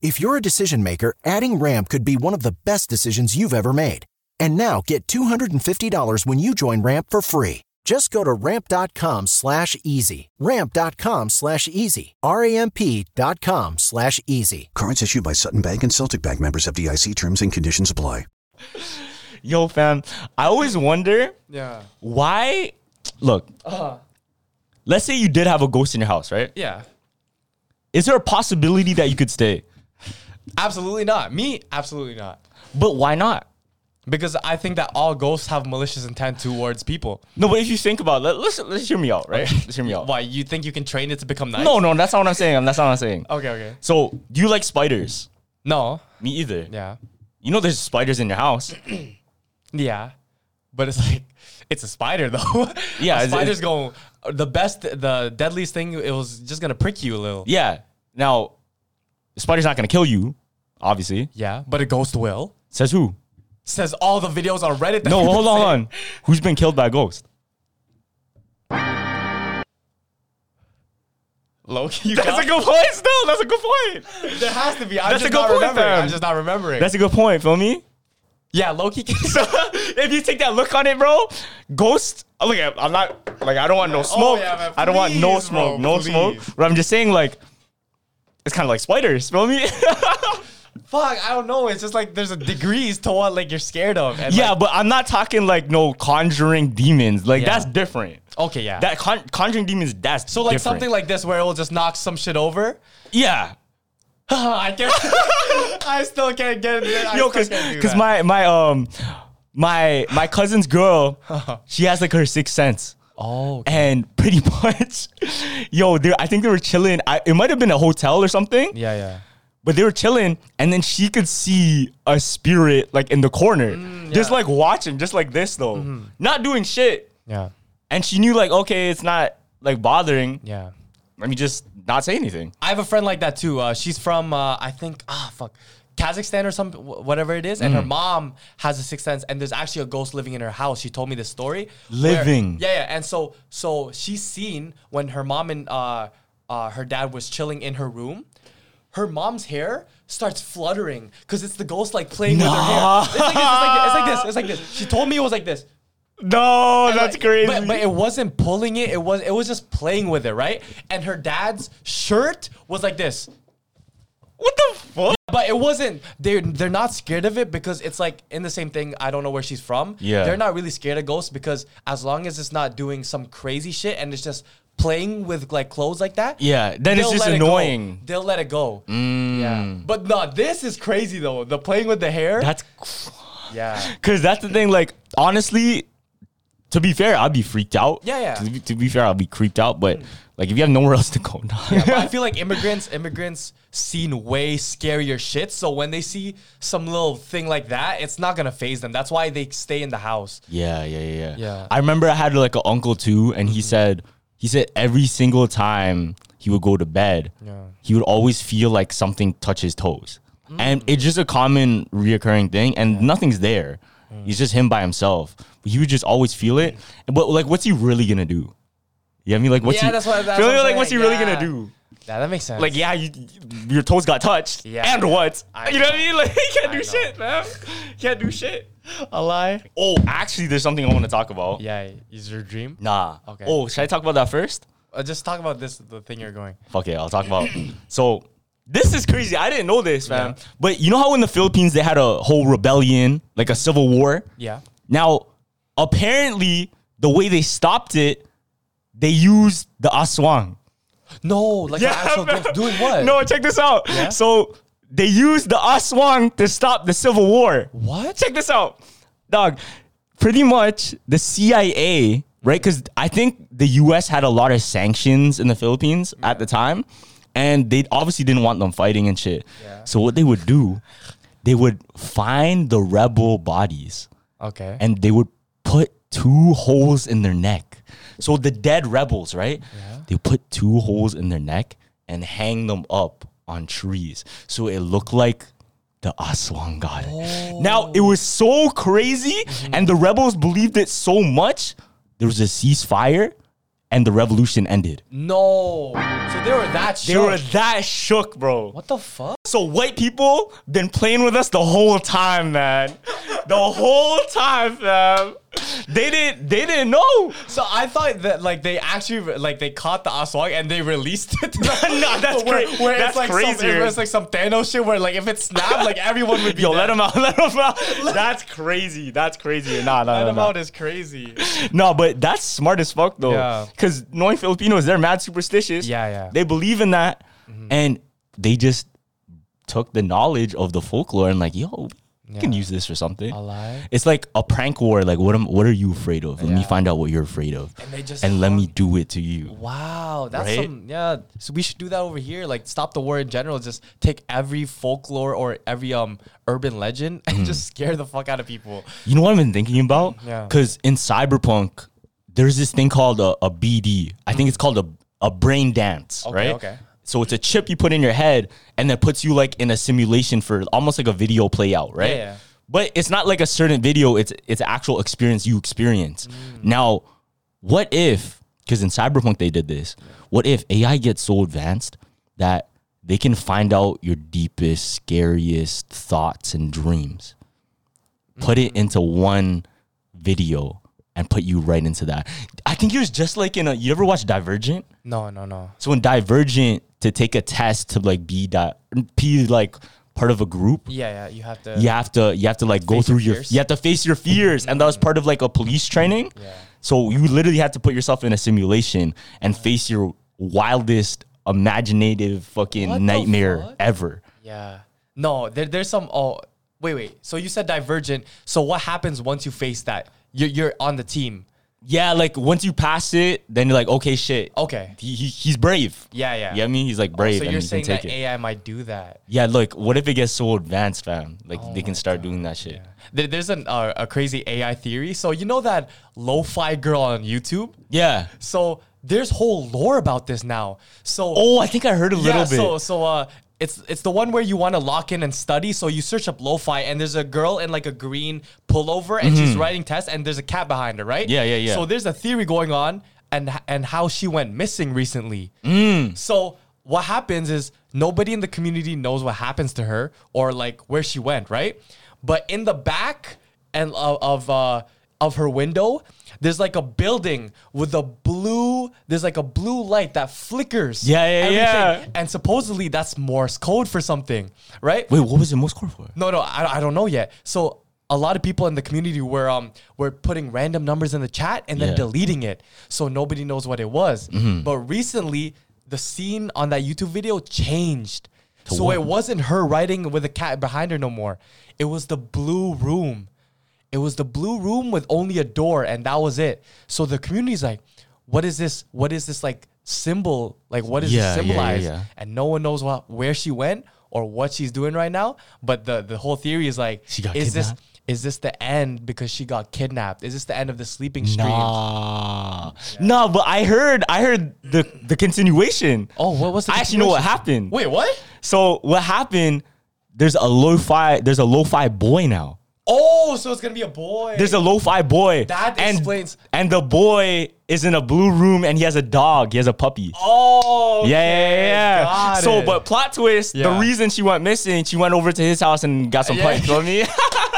[SPEAKER 3] If you're a decision maker, adding Ramp could be one of the best decisions you've ever made. And now get $250 when you join Ramp for free. Just go to ramp.com slash easy. Ramp.com slash easy. R-A-M-P dot com slash easy.
[SPEAKER 4] Cards issued by Sutton Bank and Celtic Bank members of DIC terms and conditions apply.
[SPEAKER 2] yo, fam, I always wonder
[SPEAKER 1] Yeah.
[SPEAKER 2] why. Look, let's say you did have a ghost in your house, right?
[SPEAKER 1] Yeah.
[SPEAKER 2] Is there a possibility that you could stay?
[SPEAKER 1] Absolutely not. Me, absolutely not.
[SPEAKER 2] But why not?
[SPEAKER 1] Because I think that all ghosts have malicious intent towards people.
[SPEAKER 2] No, but if you think about it, let, let's, let's hear me out, right? Let's hear me out.
[SPEAKER 1] Why? You think you can train it to become nice?
[SPEAKER 2] No, no, that's not what I'm saying. That's not what I'm saying.
[SPEAKER 1] Okay, okay.
[SPEAKER 2] So, do you like spiders?
[SPEAKER 1] No.
[SPEAKER 2] Me either.
[SPEAKER 1] Yeah.
[SPEAKER 2] You know there's spiders in your house.
[SPEAKER 1] Yeah. But it's [laughs] like It's a spider though. [laughs]
[SPEAKER 2] Yeah,
[SPEAKER 1] a
[SPEAKER 2] it's-
[SPEAKER 1] spider's
[SPEAKER 2] it's-
[SPEAKER 1] going the best, the deadliest thing. It was just gonna prick you a little.
[SPEAKER 2] Yeah. Now, the spider's not gonna kill you, obviously.
[SPEAKER 1] Yeah, but a ghost will.
[SPEAKER 2] Says who?
[SPEAKER 1] Says all the videos on Reddit. that
[SPEAKER 2] [laughs] No,
[SPEAKER 1] people
[SPEAKER 2] hold
[SPEAKER 1] say-
[SPEAKER 2] on. Who's been killed by a ghost?
[SPEAKER 1] Loki, you
[SPEAKER 2] That's
[SPEAKER 1] got-
[SPEAKER 2] a good point. Still, that's a good point.
[SPEAKER 1] There has to be. I'm
[SPEAKER 2] That's
[SPEAKER 1] just
[SPEAKER 2] a good
[SPEAKER 1] not
[SPEAKER 2] point,
[SPEAKER 1] remembering.
[SPEAKER 2] fam.
[SPEAKER 1] I'm just not remembering.
[SPEAKER 2] That's a good point. Feel me?
[SPEAKER 1] yeah, Loki. Can- [laughs]
[SPEAKER 2] So [laughs] if you take that look on it, bro, ghost. oh, Look, I'm not like I don't want no smoke.
[SPEAKER 1] Oh, yeah, man,
[SPEAKER 2] I don't want no
[SPEAKER 1] please, bro,
[SPEAKER 2] smoke, no
[SPEAKER 1] please.
[SPEAKER 2] smoke. But I'm just saying, like, it's kind of like spiders. Feel me? [laughs]
[SPEAKER 1] Fuck, I don't know. It's just like there's a degrees to what like you're scared of. And
[SPEAKER 2] yeah,
[SPEAKER 1] like-
[SPEAKER 2] but I'm not talking like no conjuring demons. Like
[SPEAKER 1] Yeah.
[SPEAKER 2] that's different.
[SPEAKER 1] okay. Yeah.
[SPEAKER 2] Oh, That con- conjuring demons. That's
[SPEAKER 1] so like
[SPEAKER 2] different.
[SPEAKER 1] something like this where it will just knock some shit over.
[SPEAKER 2] yeah.
[SPEAKER 1] [laughs] I [laughs] can't. I still can't get it. I
[SPEAKER 2] Yo,
[SPEAKER 1] still
[SPEAKER 2] cause,
[SPEAKER 1] can't do
[SPEAKER 2] 'cause
[SPEAKER 1] that.
[SPEAKER 2] my my um my my
[SPEAKER 1] [laughs]
[SPEAKER 2] cousin's girl, she has like her sixth sense.
[SPEAKER 1] Oh,
[SPEAKER 2] And pretty [laughs] much, yo, they, I think they were chilling. I, it might have been a hotel or something,
[SPEAKER 1] yeah, yeah.
[SPEAKER 2] but they were chilling. And then she could see a spirit like in the corner,
[SPEAKER 1] Mm,
[SPEAKER 2] just like watching, just like this though, not doing shit.
[SPEAKER 1] Mm-hmm. Yeah.
[SPEAKER 2] And she knew like, okay, it's not like bothering.
[SPEAKER 1] Yeah.
[SPEAKER 2] Let me just not say anything.
[SPEAKER 1] I have a friend like that too. Uh, she's from, uh, I think, ah, fuck, Kazakhstan or some wh- whatever it is. And her mom has a sixth sense, and there's actually a ghost living in her house. She told me this story. where-
[SPEAKER 2] Living.
[SPEAKER 1] yeah, yeah. And so, so she's seen when her mom and uh, uh, her dad was chilling in her room. Her mom's hair starts fluttering because it's the ghost like playing with her hair. It's like, this, it's, like this, it's like this. It's like this. She told me it was like this.
[SPEAKER 2] No,
[SPEAKER 1] And,
[SPEAKER 2] [laughs] that's
[SPEAKER 1] like,
[SPEAKER 2] crazy.
[SPEAKER 1] But, but it wasn't pulling it. It was it was just playing with it, right? And her dad's shirt was like this.
[SPEAKER 2] what the fuck?
[SPEAKER 1] But it wasn't. They're they're not scared of it because it's like in the same thing. I don't know where she's from.
[SPEAKER 2] Yeah.
[SPEAKER 1] they're not really scared of ghosts because as long as it's not doing some crazy shit and it's just playing with like clothes like that.
[SPEAKER 2] Yeah, then it's
[SPEAKER 1] they'll
[SPEAKER 2] just
[SPEAKER 1] let it go.
[SPEAKER 2] annoying. Mm.
[SPEAKER 1] They'll let it go. Yeah, but no, this is crazy though. The playing with the hair.
[SPEAKER 2] That's
[SPEAKER 1] yeah.
[SPEAKER 2] Cause that's the thing. Like honestly, to be fair, I'd be freaked out.
[SPEAKER 1] Yeah, Hmm. yeah.
[SPEAKER 2] To, be- to be fair, I'd be creeped out. But like, if you have nowhere else to go, [laughs] nah.
[SPEAKER 1] But I feel like immigrants immigrants seen way scarier shit. So when they see some little thing like that, it's not gonna phase them. That's why they stay in the house.
[SPEAKER 2] yeah, yeah, yeah, yeah.
[SPEAKER 1] Yeah. Hmm.
[SPEAKER 2] I remember I had like an uncle too, and he said he said every single time he would go to bed, he would always feel like something touch his toes,
[SPEAKER 1] Hmm.
[SPEAKER 2] and it's just a common reoccurring thing, and nothing's there.
[SPEAKER 1] Hmm.
[SPEAKER 2] It's just him by himself. But he would just always feel it. But like, what's he really gonna do? You know what I mean? Like, what's
[SPEAKER 1] Yeah,
[SPEAKER 2] he?
[SPEAKER 1] that's what- that's
[SPEAKER 2] feel
[SPEAKER 1] what
[SPEAKER 2] me?
[SPEAKER 1] I'm
[SPEAKER 2] [laughs] like, what's he
[SPEAKER 1] saying,
[SPEAKER 2] really
[SPEAKER 1] yeah.
[SPEAKER 2] gonna do?
[SPEAKER 1] Yeah, that makes sense.
[SPEAKER 2] Like, yeah, you, your toes got touched.
[SPEAKER 1] Yeah.
[SPEAKER 2] And what?
[SPEAKER 1] I
[SPEAKER 2] you know what I
[SPEAKER 1] know.
[SPEAKER 2] mean? [laughs] Like, you can't
[SPEAKER 1] I
[SPEAKER 2] do
[SPEAKER 1] know.
[SPEAKER 2] shit, man. You can't do shit.
[SPEAKER 1] a lie.
[SPEAKER 2] Oh, actually, there's something I want to talk about.
[SPEAKER 1] Yeah, is your dream?
[SPEAKER 2] Nah.
[SPEAKER 1] Okay.
[SPEAKER 2] Oh, should I talk about that first?
[SPEAKER 1] Uh, just talk about this the thing you're going.
[SPEAKER 2] Fuck it, I'll talk about.
[SPEAKER 1] [clears throat]
[SPEAKER 2] so, this is crazy. I didn't know this, man. But you know how in the Philippines they had a whole rebellion, like a civil war?
[SPEAKER 1] Yeah.
[SPEAKER 2] Now, apparently, the way they stopped it, they used the aswang.
[SPEAKER 1] No, like an actual
[SPEAKER 2] man.
[SPEAKER 1] ghost doing what?
[SPEAKER 2] No, check this out.
[SPEAKER 1] Yeah?
[SPEAKER 2] So they used the Aswang to stop the Civil War.
[SPEAKER 1] What?
[SPEAKER 2] Check this out, dog. Pretty much the CIA, right? Because I think the U.S. had a lot of sanctions in the Philippines at the time, and they obviously didn't want them fighting and shit. So what they would do, they would find the rebel bodies
[SPEAKER 1] Okay.
[SPEAKER 2] and they would put two holes in their neck. So the dead rebels, right? They put two holes in their neck and hang them up on trees. So it looked like the Aswan god. Now it was so crazy, and the rebels believed it so much. There was a ceasefire, and the revolution ended.
[SPEAKER 1] no. So they were that
[SPEAKER 2] They
[SPEAKER 1] shit.
[SPEAKER 2] were that shook, bro.
[SPEAKER 1] what the fuck?
[SPEAKER 2] So white people been playing with us the whole time, man. The whole time, fam. They didn't. They didn't know.
[SPEAKER 1] So I thought that like they actually like they caught the Aswang and they released it.
[SPEAKER 2] [laughs] No, that's
[SPEAKER 1] where,
[SPEAKER 2] cra-
[SPEAKER 1] where it's
[SPEAKER 2] that's
[SPEAKER 1] like Some,
[SPEAKER 2] crazier.
[SPEAKER 1] where it's like some Thanos shit where like if it snapped, like everyone would be.
[SPEAKER 2] Yo,
[SPEAKER 1] dead.
[SPEAKER 2] let them out. [laughs] Let them out. That's crazy. That's crazy. Nah, nah,
[SPEAKER 1] Let
[SPEAKER 2] nah,
[SPEAKER 1] him
[SPEAKER 2] nah.
[SPEAKER 1] out is [laughs] crazy.
[SPEAKER 2] No, but that's smart as fuck though.
[SPEAKER 1] Yeah.
[SPEAKER 2] Cause knowing Filipinos, they're mad superstitious.
[SPEAKER 1] Yeah, yeah. Mm-hmm.
[SPEAKER 2] They believe in that, and they just took the knowledge of the folklore and like, yo, You can use this for something.
[SPEAKER 1] A lie?
[SPEAKER 2] It's like a prank war. Like, what am? What are you afraid of? Let me find out what you're afraid of,
[SPEAKER 1] And they just
[SPEAKER 2] and let me
[SPEAKER 1] hung-
[SPEAKER 2] do it to you.
[SPEAKER 1] Wow, that's
[SPEAKER 2] Right?
[SPEAKER 1] some yeah. So we should do that over here. Like stop the war in general. Just take every folklore or every um urban legend and just scare the fuck out of people.
[SPEAKER 2] You know what I've been thinking about?
[SPEAKER 1] Yeah.
[SPEAKER 2] Because in Cyberpunk, there's this thing called a, a BD. I think it's called a, a brain dance,
[SPEAKER 1] Okay,
[SPEAKER 2] right?
[SPEAKER 1] okay.
[SPEAKER 2] So it's a chip you put in your head and that puts you like in a simulation for almost like a video play out, right?
[SPEAKER 1] Yeah, yeah.
[SPEAKER 2] But it's not like a certain video, it's it's actual experience you experience.
[SPEAKER 1] Mm.
[SPEAKER 2] Now, what if because in Cyberpunk they did this, what if AI gets so advanced that they can find out your deepest, scariest thoughts and dreams? put
[SPEAKER 1] Mm.
[SPEAKER 2] it into one video and put you right into that. I think it was just like in a you ever watch Divergent?
[SPEAKER 1] No, no, no.
[SPEAKER 2] So in Divergent to take a test to like be that be like part of a group.
[SPEAKER 1] Yeah, yeah. You have to.
[SPEAKER 2] You have to you have to like go
[SPEAKER 1] Face
[SPEAKER 2] through
[SPEAKER 1] your
[SPEAKER 2] your
[SPEAKER 1] fears.
[SPEAKER 2] you have to face your fears and that was part of like a police training. So you literally had to put yourself in a simulation and face your wildest imaginative fucking
[SPEAKER 1] What the
[SPEAKER 2] nightmare
[SPEAKER 1] fuck?
[SPEAKER 2] ever.
[SPEAKER 1] Yeah. No, there, there's some. Oh, wait, wait. So you said divergent. So what happens once you face that? You're, you're on the team.
[SPEAKER 2] Yeah, like once you pass it, then you're like, okay, shit.
[SPEAKER 1] Okay.
[SPEAKER 2] He, he, he's brave.
[SPEAKER 1] Yeah, yeah. Oh,
[SPEAKER 2] Yeah, I mean, he's like brave.
[SPEAKER 1] so
[SPEAKER 2] and
[SPEAKER 1] you're
[SPEAKER 2] he
[SPEAKER 1] saying
[SPEAKER 2] can take
[SPEAKER 1] that
[SPEAKER 2] it.
[SPEAKER 1] AI might do that.
[SPEAKER 2] yeah, look, what if it gets so advanced, fam? Like
[SPEAKER 1] Oh
[SPEAKER 2] they can start doing that shit.
[SPEAKER 1] There, there's an, uh, a crazy AI theory. So you know that lo-fi girl on YouTube.
[SPEAKER 2] Yeah.
[SPEAKER 1] So there's whole lore about this now. So
[SPEAKER 2] Oh, I think I heard a little
[SPEAKER 1] yeah,
[SPEAKER 2] bit.
[SPEAKER 1] So so uh it's it's the one where you want to lock in and study. So you search up lo-fi and there's a girl in like a green pullover and she's writing tests and there's a cat behind her, right?
[SPEAKER 2] Mm-hmm. Yeah, yeah, yeah.
[SPEAKER 1] So there's a theory going on and and how she went missing recently.
[SPEAKER 2] Mm.
[SPEAKER 1] So what happens is nobody in the community knows what happens to her or like where she went, right? But in the back and of of, uh, of her window, there's like a building with a blue. There's like a blue light that flickers.
[SPEAKER 2] Yeah, yeah, yeah.
[SPEAKER 1] And supposedly that's Morse code for something, right?
[SPEAKER 2] Wait, what was the most core for?
[SPEAKER 1] No, no, I, I don't know yet. So a lot of people in the community were um were putting random numbers in the chat and then
[SPEAKER 2] Yeah. Mm-hmm.
[SPEAKER 1] deleting it, so nobody knows what it was. But recently, the scene on that YouTube video changed. so it wasn't her writing with a cat behind her no more. It was the blue room. It was the blue room with only a door, and that was it. So the community's like, "What is this? What is this like symbol? Like what is
[SPEAKER 2] Yeah, yeah,
[SPEAKER 1] it
[SPEAKER 2] yeah,
[SPEAKER 1] symbolize?"
[SPEAKER 2] yeah.
[SPEAKER 1] and no one knows what, where she went or what she's doing right now. But the the whole theory is like,
[SPEAKER 2] She got
[SPEAKER 1] is
[SPEAKER 2] kidnapped?
[SPEAKER 1] this is this the end because she got kidnapped? Is this the end of the sleeping stream? Ah.
[SPEAKER 2] Nah. Nah, but I heard I heard the the continuation.
[SPEAKER 1] Oh, what was? The
[SPEAKER 2] I actually know what
[SPEAKER 1] situation?
[SPEAKER 2] happened.
[SPEAKER 1] Wait, what?
[SPEAKER 2] So what happened? There's a lo-fi, there's a lo-fi boy now.
[SPEAKER 1] Oh, so it's gonna be a boy.
[SPEAKER 2] There's a lo-fi boy.
[SPEAKER 1] That
[SPEAKER 2] and,
[SPEAKER 1] explains-
[SPEAKER 2] And the boy is in a blue room and he has a dog. He has a puppy.
[SPEAKER 1] oh
[SPEAKER 2] Yeah, yeah, yeah.
[SPEAKER 1] got
[SPEAKER 2] so,
[SPEAKER 1] it.
[SPEAKER 2] but plot twist: the
[SPEAKER 1] Yeah.
[SPEAKER 2] reason she went missing, she went over to his house and got some
[SPEAKER 1] Yeah.
[SPEAKER 2] punch. Feel me?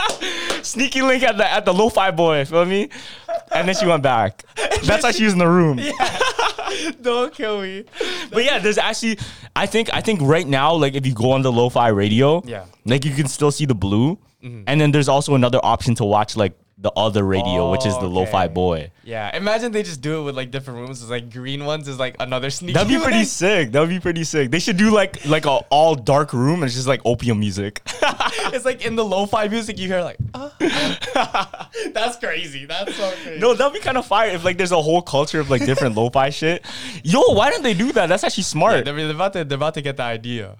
[SPEAKER 2] [laughs] Sneaky link at the at the lo-fi boy. Feel me? And then she went back. That's how she was in the
[SPEAKER 1] [laughs]
[SPEAKER 2] room.
[SPEAKER 1] [laughs] don't kill me.
[SPEAKER 2] But yeah, there's actually, I think, I think right now, like if you go on the lo-fi radio,
[SPEAKER 1] Yeah. Mm-hmm.
[SPEAKER 2] like you can still see the blue, and then there's also another option to watch like the other radio, which is the lo-fi
[SPEAKER 1] Oh, Okay.
[SPEAKER 2] boy.
[SPEAKER 1] Yeah, imagine they just do it with like different rooms. It's like green ones is like another sneaky. [laughs]
[SPEAKER 2] That'd be pretty
[SPEAKER 1] link.
[SPEAKER 2] sick. That'd be pretty sick. They should do like like a all dark room and it's just like opium music.
[SPEAKER 1] [laughs] It's like in the lo-fi music you hear like, ah. that's crazy. That's so crazy.
[SPEAKER 2] [laughs] No, that'd be kind of fire if like there's a whole culture of like different
[SPEAKER 1] [laughs]
[SPEAKER 2] lo-fi shit. Yo, why don't they do that? That's actually smart.
[SPEAKER 1] They're, they're about to they're about to get the idea.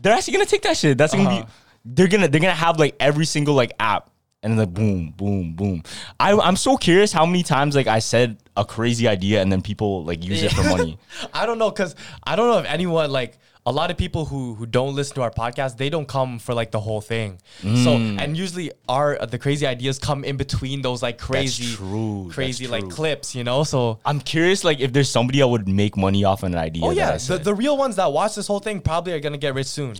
[SPEAKER 2] they're actually gonna take that shit. That's gonna
[SPEAKER 1] Uh-huh.
[SPEAKER 2] be. They're gonna they're gonna have like every single like app and like boom boom boom. I I'm so curious how many times like I said a crazy idea and then people like use it for
[SPEAKER 1] [laughs]
[SPEAKER 2] money.
[SPEAKER 1] I don't know because I don't know if anyone like a lot of people who who don't listen to our podcast they don't come for like the whole thing. So
[SPEAKER 2] Mm.
[SPEAKER 1] and usually our the crazy ideas come in between those like crazy
[SPEAKER 2] true. That's
[SPEAKER 1] crazy like
[SPEAKER 2] true.
[SPEAKER 1] clips, you know. So
[SPEAKER 2] I'm curious like if there's somebody that would make money off an idea.
[SPEAKER 1] oh
[SPEAKER 2] that I
[SPEAKER 1] yeah, the,
[SPEAKER 2] said.
[SPEAKER 1] the real ones that watch this whole thing probably are gonna get rich soon.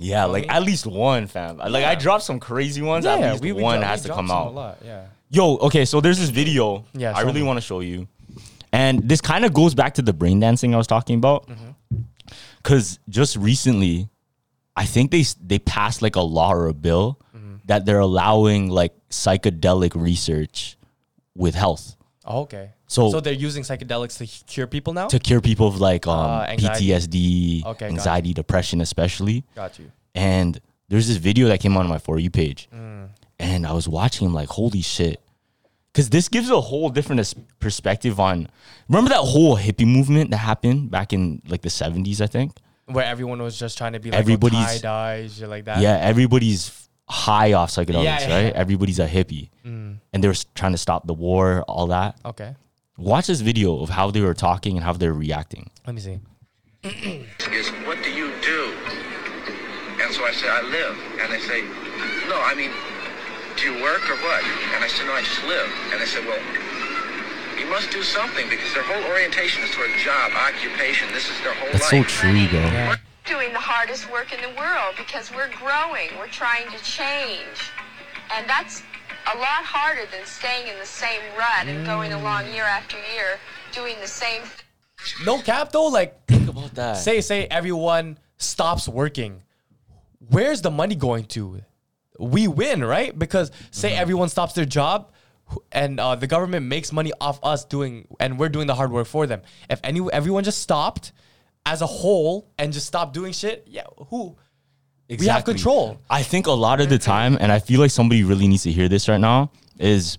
[SPEAKER 2] yeah, like at least one fam. Like I dropped some crazy ones. Yeah, at least one
[SPEAKER 1] dro-
[SPEAKER 2] has to
[SPEAKER 1] drop
[SPEAKER 2] come
[SPEAKER 1] some
[SPEAKER 2] out.
[SPEAKER 1] A lot. Yeah.
[SPEAKER 2] Yo, okay, so there's this video
[SPEAKER 1] Yeah,
[SPEAKER 2] I
[SPEAKER 1] show
[SPEAKER 2] really
[SPEAKER 1] me.
[SPEAKER 2] want to show you. And this kind of goes back to the brain dancing I was talking about.
[SPEAKER 1] Mm-hmm.
[SPEAKER 2] Cuz just recently, I think they s- they passed like a law or a bill
[SPEAKER 1] Mm-hmm.
[SPEAKER 2] that they're allowing like psychedelic research with health
[SPEAKER 1] Oh, okay.
[SPEAKER 2] So-
[SPEAKER 1] so they're using psychedelics to h- cure people now.
[SPEAKER 2] to cure people of like um,
[SPEAKER 1] Uh, anxiety.
[SPEAKER 2] PTSD,
[SPEAKER 1] Okay, got it.
[SPEAKER 2] anxiety, depression especially.
[SPEAKER 1] Got you.
[SPEAKER 2] And there's this video that came on my for you page,
[SPEAKER 1] Mm.
[SPEAKER 2] and I was watching him like, holy shit, because this gives a whole different as- perspective on. Remember that whole hippie movement that happened back in like the seventies, I think.
[SPEAKER 1] where everyone was just trying to be like
[SPEAKER 2] Everybody's-
[SPEAKER 1] tie dyes, shit like that.
[SPEAKER 2] Yeah, everybody's high off psychedelics,
[SPEAKER 1] Uh-huh. Yeah, yeah. Mm.
[SPEAKER 2] right? Everybody's a hippie, and they were s- trying to stop the war, all that.
[SPEAKER 1] Okay.
[SPEAKER 2] Watch this video of how they were talking and how they're reacting.
[SPEAKER 1] Let me see.
[SPEAKER 5] is what do you do? And so I said, I live. And they say, no, I mean, do you work or what? And I said, no, I just live. And they said, well, you must do something because their whole orientation is toward job, occupation. This is their whole
[SPEAKER 2] That's so
[SPEAKER 5] life.
[SPEAKER 2] true, bro.
[SPEAKER 6] doing the hardest work in the world because we're growing, we're trying to change. And that's a lot harder than staying in the same rut and going along year after year doing the same thing.
[SPEAKER 1] No cap though, like
[SPEAKER 2] Think about that.
[SPEAKER 1] say say everyone stops working. Where's the money going to? We win, right? Because say
[SPEAKER 2] Mm-hmm.
[SPEAKER 1] everyone stops their job wh- and uh, the government makes money off us doing and we're doing the hard work for them. If any everyone just stopped as a whole and just stopped doing shit, yeah, who We have control.
[SPEAKER 2] I think a lot of the time, and I feel like somebody really needs to hear this right now, is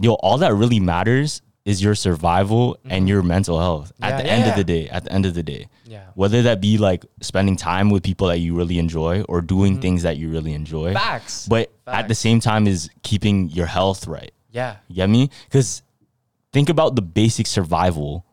[SPEAKER 2] yo, all that really matters is your survival and your mental health
[SPEAKER 1] Mm-hmm. Yeah,
[SPEAKER 2] at the
[SPEAKER 1] yeah,
[SPEAKER 2] end
[SPEAKER 1] yeah.
[SPEAKER 2] of the day. At the end of the day.
[SPEAKER 1] Yeah.
[SPEAKER 2] Whether that be like spending time with people that you really enjoy or doing things that you really enjoy.
[SPEAKER 1] Mm-hmm. Facts.
[SPEAKER 2] But at the same time is keeping your health right.
[SPEAKER 1] yeah.
[SPEAKER 2] You get me? Because think about the basic survival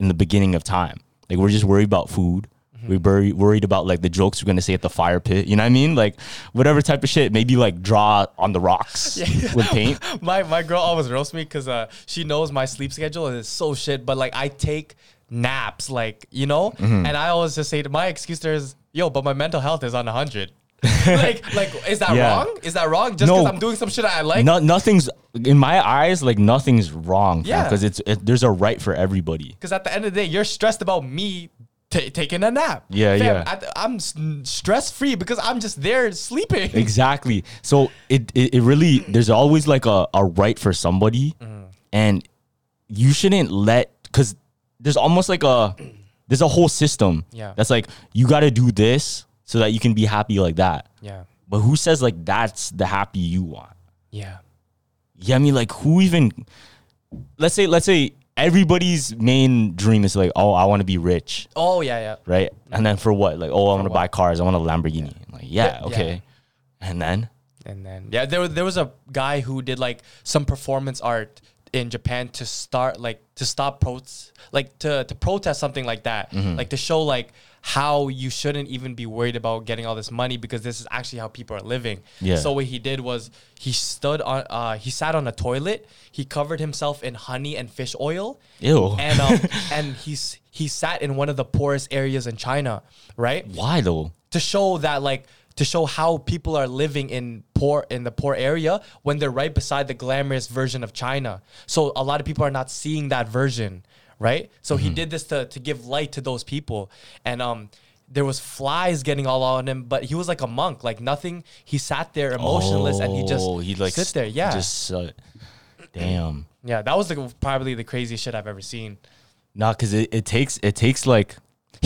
[SPEAKER 2] in the beginning of time. Like we're just worried about food. We're
[SPEAKER 1] Mm-hmm.
[SPEAKER 2] worried, worried about like the jokes we're gonna say at the fire pit. You know what I mean? Like whatever type of shit. Maybe like draw on the
[SPEAKER 1] [laughs]
[SPEAKER 2] rocks with paint.
[SPEAKER 1] my my girl always roasts me because uh, she knows my sleep schedule and it's so shit. But like I take naps, like you know,
[SPEAKER 2] Mm-hmm.
[SPEAKER 1] and I always just say to my excuse there is, yo, but my mental health is on
[SPEAKER 2] [laughs]
[SPEAKER 1] hundred. like like is that
[SPEAKER 2] Yeah.
[SPEAKER 1] wrong? Is that wrong? Just because
[SPEAKER 2] No.
[SPEAKER 1] I'm doing some shit I like.
[SPEAKER 2] No, nothing's in my eyes. Like nothing's wrong.
[SPEAKER 1] Yeah.
[SPEAKER 2] Because it's it, there's a right for everybody.
[SPEAKER 1] Because at the end of the day, you're stressed about me. ta taking a nap.
[SPEAKER 2] Yeah, yeah.
[SPEAKER 1] I, am stress free because I'm just there sleeping.
[SPEAKER 2] Exactly. So it, it it really there's always like a, a right for somebody, and you shouldn't let because there's almost like a there's a whole system.
[SPEAKER 1] Yeah.
[SPEAKER 2] That's like you got to do this so that you can be happy like that.
[SPEAKER 1] Yeah,
[SPEAKER 2] But who says like that's the happy you want?
[SPEAKER 1] yeah,
[SPEAKER 2] Yeah, I mean like who even? Let's say let's say everybody's main dream is like oh I want to be rich
[SPEAKER 1] oh yeah, yeah.
[SPEAKER 2] right? And then for what? Like, oh, I want to buy cars. I want a Lamborghini. Like, yeah,
[SPEAKER 1] Yeah.
[SPEAKER 2] okay. And then,
[SPEAKER 1] And then yeah, there was there was a guy who did like some performance art in Japan to start like to stop protests like to to protest something like that,
[SPEAKER 2] Mm-hmm.
[SPEAKER 1] like to show like how you shouldn't even be worried about getting all this money because this is actually how people are living.
[SPEAKER 2] Yeah.
[SPEAKER 1] So what he did was he stood on uh he sat on a toilet, he covered himself in honey and fish oil.
[SPEAKER 2] Ew.
[SPEAKER 1] And
[SPEAKER 2] [laughs]
[SPEAKER 1] um and he's he sat in one of the poorest areas in China, right?
[SPEAKER 2] why though?
[SPEAKER 1] to show that like to show how people are living in poor in the poor area when they're right beside the glamorous version of China. So a lot of people are not seeing that version, right? So
[SPEAKER 2] Mm-hmm.
[SPEAKER 1] he did this to to give light to those people. And um there was flies getting all on him, but he was like a monk, like nothing. He sat there emotionless and he just
[SPEAKER 2] Oh, he like
[SPEAKER 1] sit there.
[SPEAKER 2] s-
[SPEAKER 1] Yeah.
[SPEAKER 2] Just uh, damn.
[SPEAKER 1] yeah, that was the, probably the craziest shit I've ever seen.
[SPEAKER 2] Nah, cause it, it takes it takes like.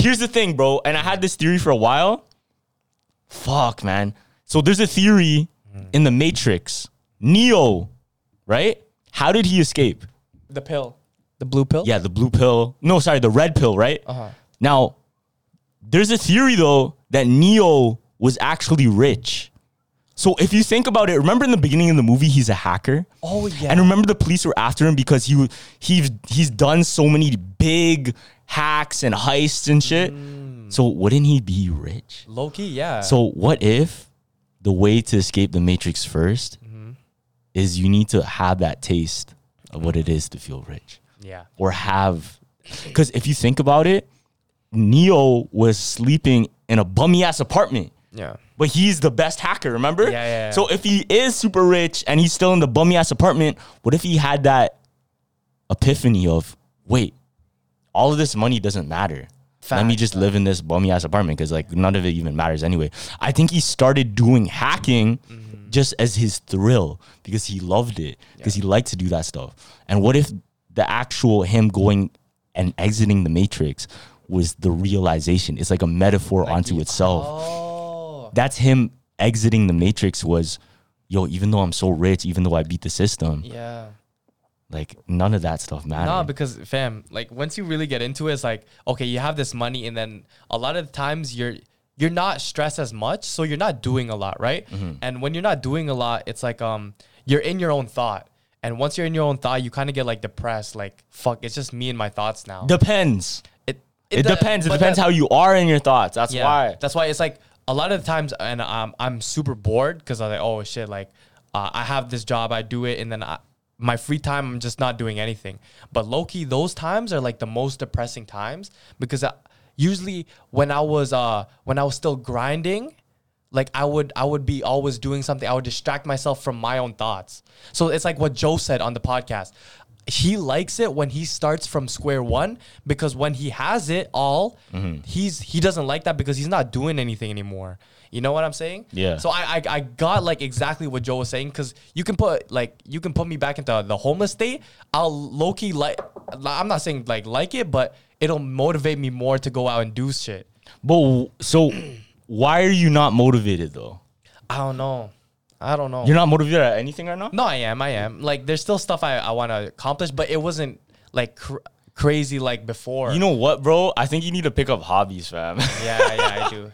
[SPEAKER 2] Here's the thing, bro. And I had this theory for a while. Fuck, man. So there's a theory in the Matrix. Neo, right? How did he escape?
[SPEAKER 1] The pill. The blue pill?
[SPEAKER 2] Yeah, the blue pill. No, sorry, the red pill, right?
[SPEAKER 1] Uh-huh.
[SPEAKER 2] Now, there's a theory though that Neo was actually rich. So if you think about it, remember in the beginning of the movie, he's a hacker.
[SPEAKER 1] Oh, yeah.
[SPEAKER 2] And remember the police were after him because he he's he's done so many big hacks and heists and shit. So wouldn't he be rich?
[SPEAKER 1] Loki, Mm. yeah.
[SPEAKER 2] So what if the way to escape the matrix 1st
[SPEAKER 1] Mm-hmm.
[SPEAKER 2] is you need to have that taste of what it is to feel rich
[SPEAKER 1] yeah.
[SPEAKER 2] or have because if you think about it neo was sleeping in a bummy ass apartment
[SPEAKER 1] Yeah.
[SPEAKER 2] but he's the best hacker remember
[SPEAKER 1] Yeah, yeah, yeah.
[SPEAKER 2] so if he is super rich and he's still in the bummy ass apartment what if he had that epiphany of wait all of this money doesn't matter let me
[SPEAKER 1] Facts,
[SPEAKER 2] just live in this bummy ass apartment because like none of it even matters anyway i think he started doing hacking
[SPEAKER 1] Mm-hmm.
[SPEAKER 2] just as his thrill because he loved it because he liked to do that stuff and what if the actual him going and exiting the matrix
[SPEAKER 1] Oh.
[SPEAKER 2] was the realization it's like a metaphor onto itself that's him exiting the matrix was, yo, even though I'm so rich, even though I beat the system,
[SPEAKER 1] Yeah.
[SPEAKER 2] like none of that stuff mattered.
[SPEAKER 1] No, because fam, like once you really get into it, it's like okay, you have this money, and then a lot of times you're you're not stressed as much, so you're not doing a lot, right?
[SPEAKER 2] Mm-hmm.
[SPEAKER 1] And when you're not doing a lot, it's like um you're in your own thought, and once you're in your own thought, you kind of get like depressed, like fuck, it's just me and my thoughts now.
[SPEAKER 2] depends.
[SPEAKER 1] it de-
[SPEAKER 2] It, depends. It
[SPEAKER 1] but
[SPEAKER 2] depends
[SPEAKER 1] that-
[SPEAKER 2] how you are in your thoughts. That's
[SPEAKER 1] yeah,
[SPEAKER 2] why.
[SPEAKER 1] That's why it's like a lot of the times, and um, I'm super bored because I'm like, oh shit, like uh, I have this job, I do it, and then I, my free time, I'm just not doing anything. But low key, those times are like the most depressing times because I, usually when I was uh when I was still grinding. Like I would, I would be always doing something. I would distract myself from my own thoughts. So it's like what Joe said on the podcast. He likes it when he starts from square one because when he has it all, he's he doesn't like that because he's not doing anything anymore. You know what I'm saying?
[SPEAKER 2] Yeah.
[SPEAKER 1] So I I, I got like exactly what Joe was saying because you can put like you can put me back into the homeless state. I'll low key like I'm not saying like like it, but it'll motivate me more to go out and do shit.
[SPEAKER 2] But w- so, why are you not motivated though?
[SPEAKER 1] I don't know. I don't know.
[SPEAKER 2] You're not motivated at anything right now.
[SPEAKER 1] No, I am. I am. Like, there's still stuff I, I want to accomplish, but it wasn't like cr- crazy like before.
[SPEAKER 2] You know what, bro? I think you need to pick up hobbies, fam.
[SPEAKER 1] [laughs]
[SPEAKER 2] [laughs]
[SPEAKER 1] Yeah, yeah, I do.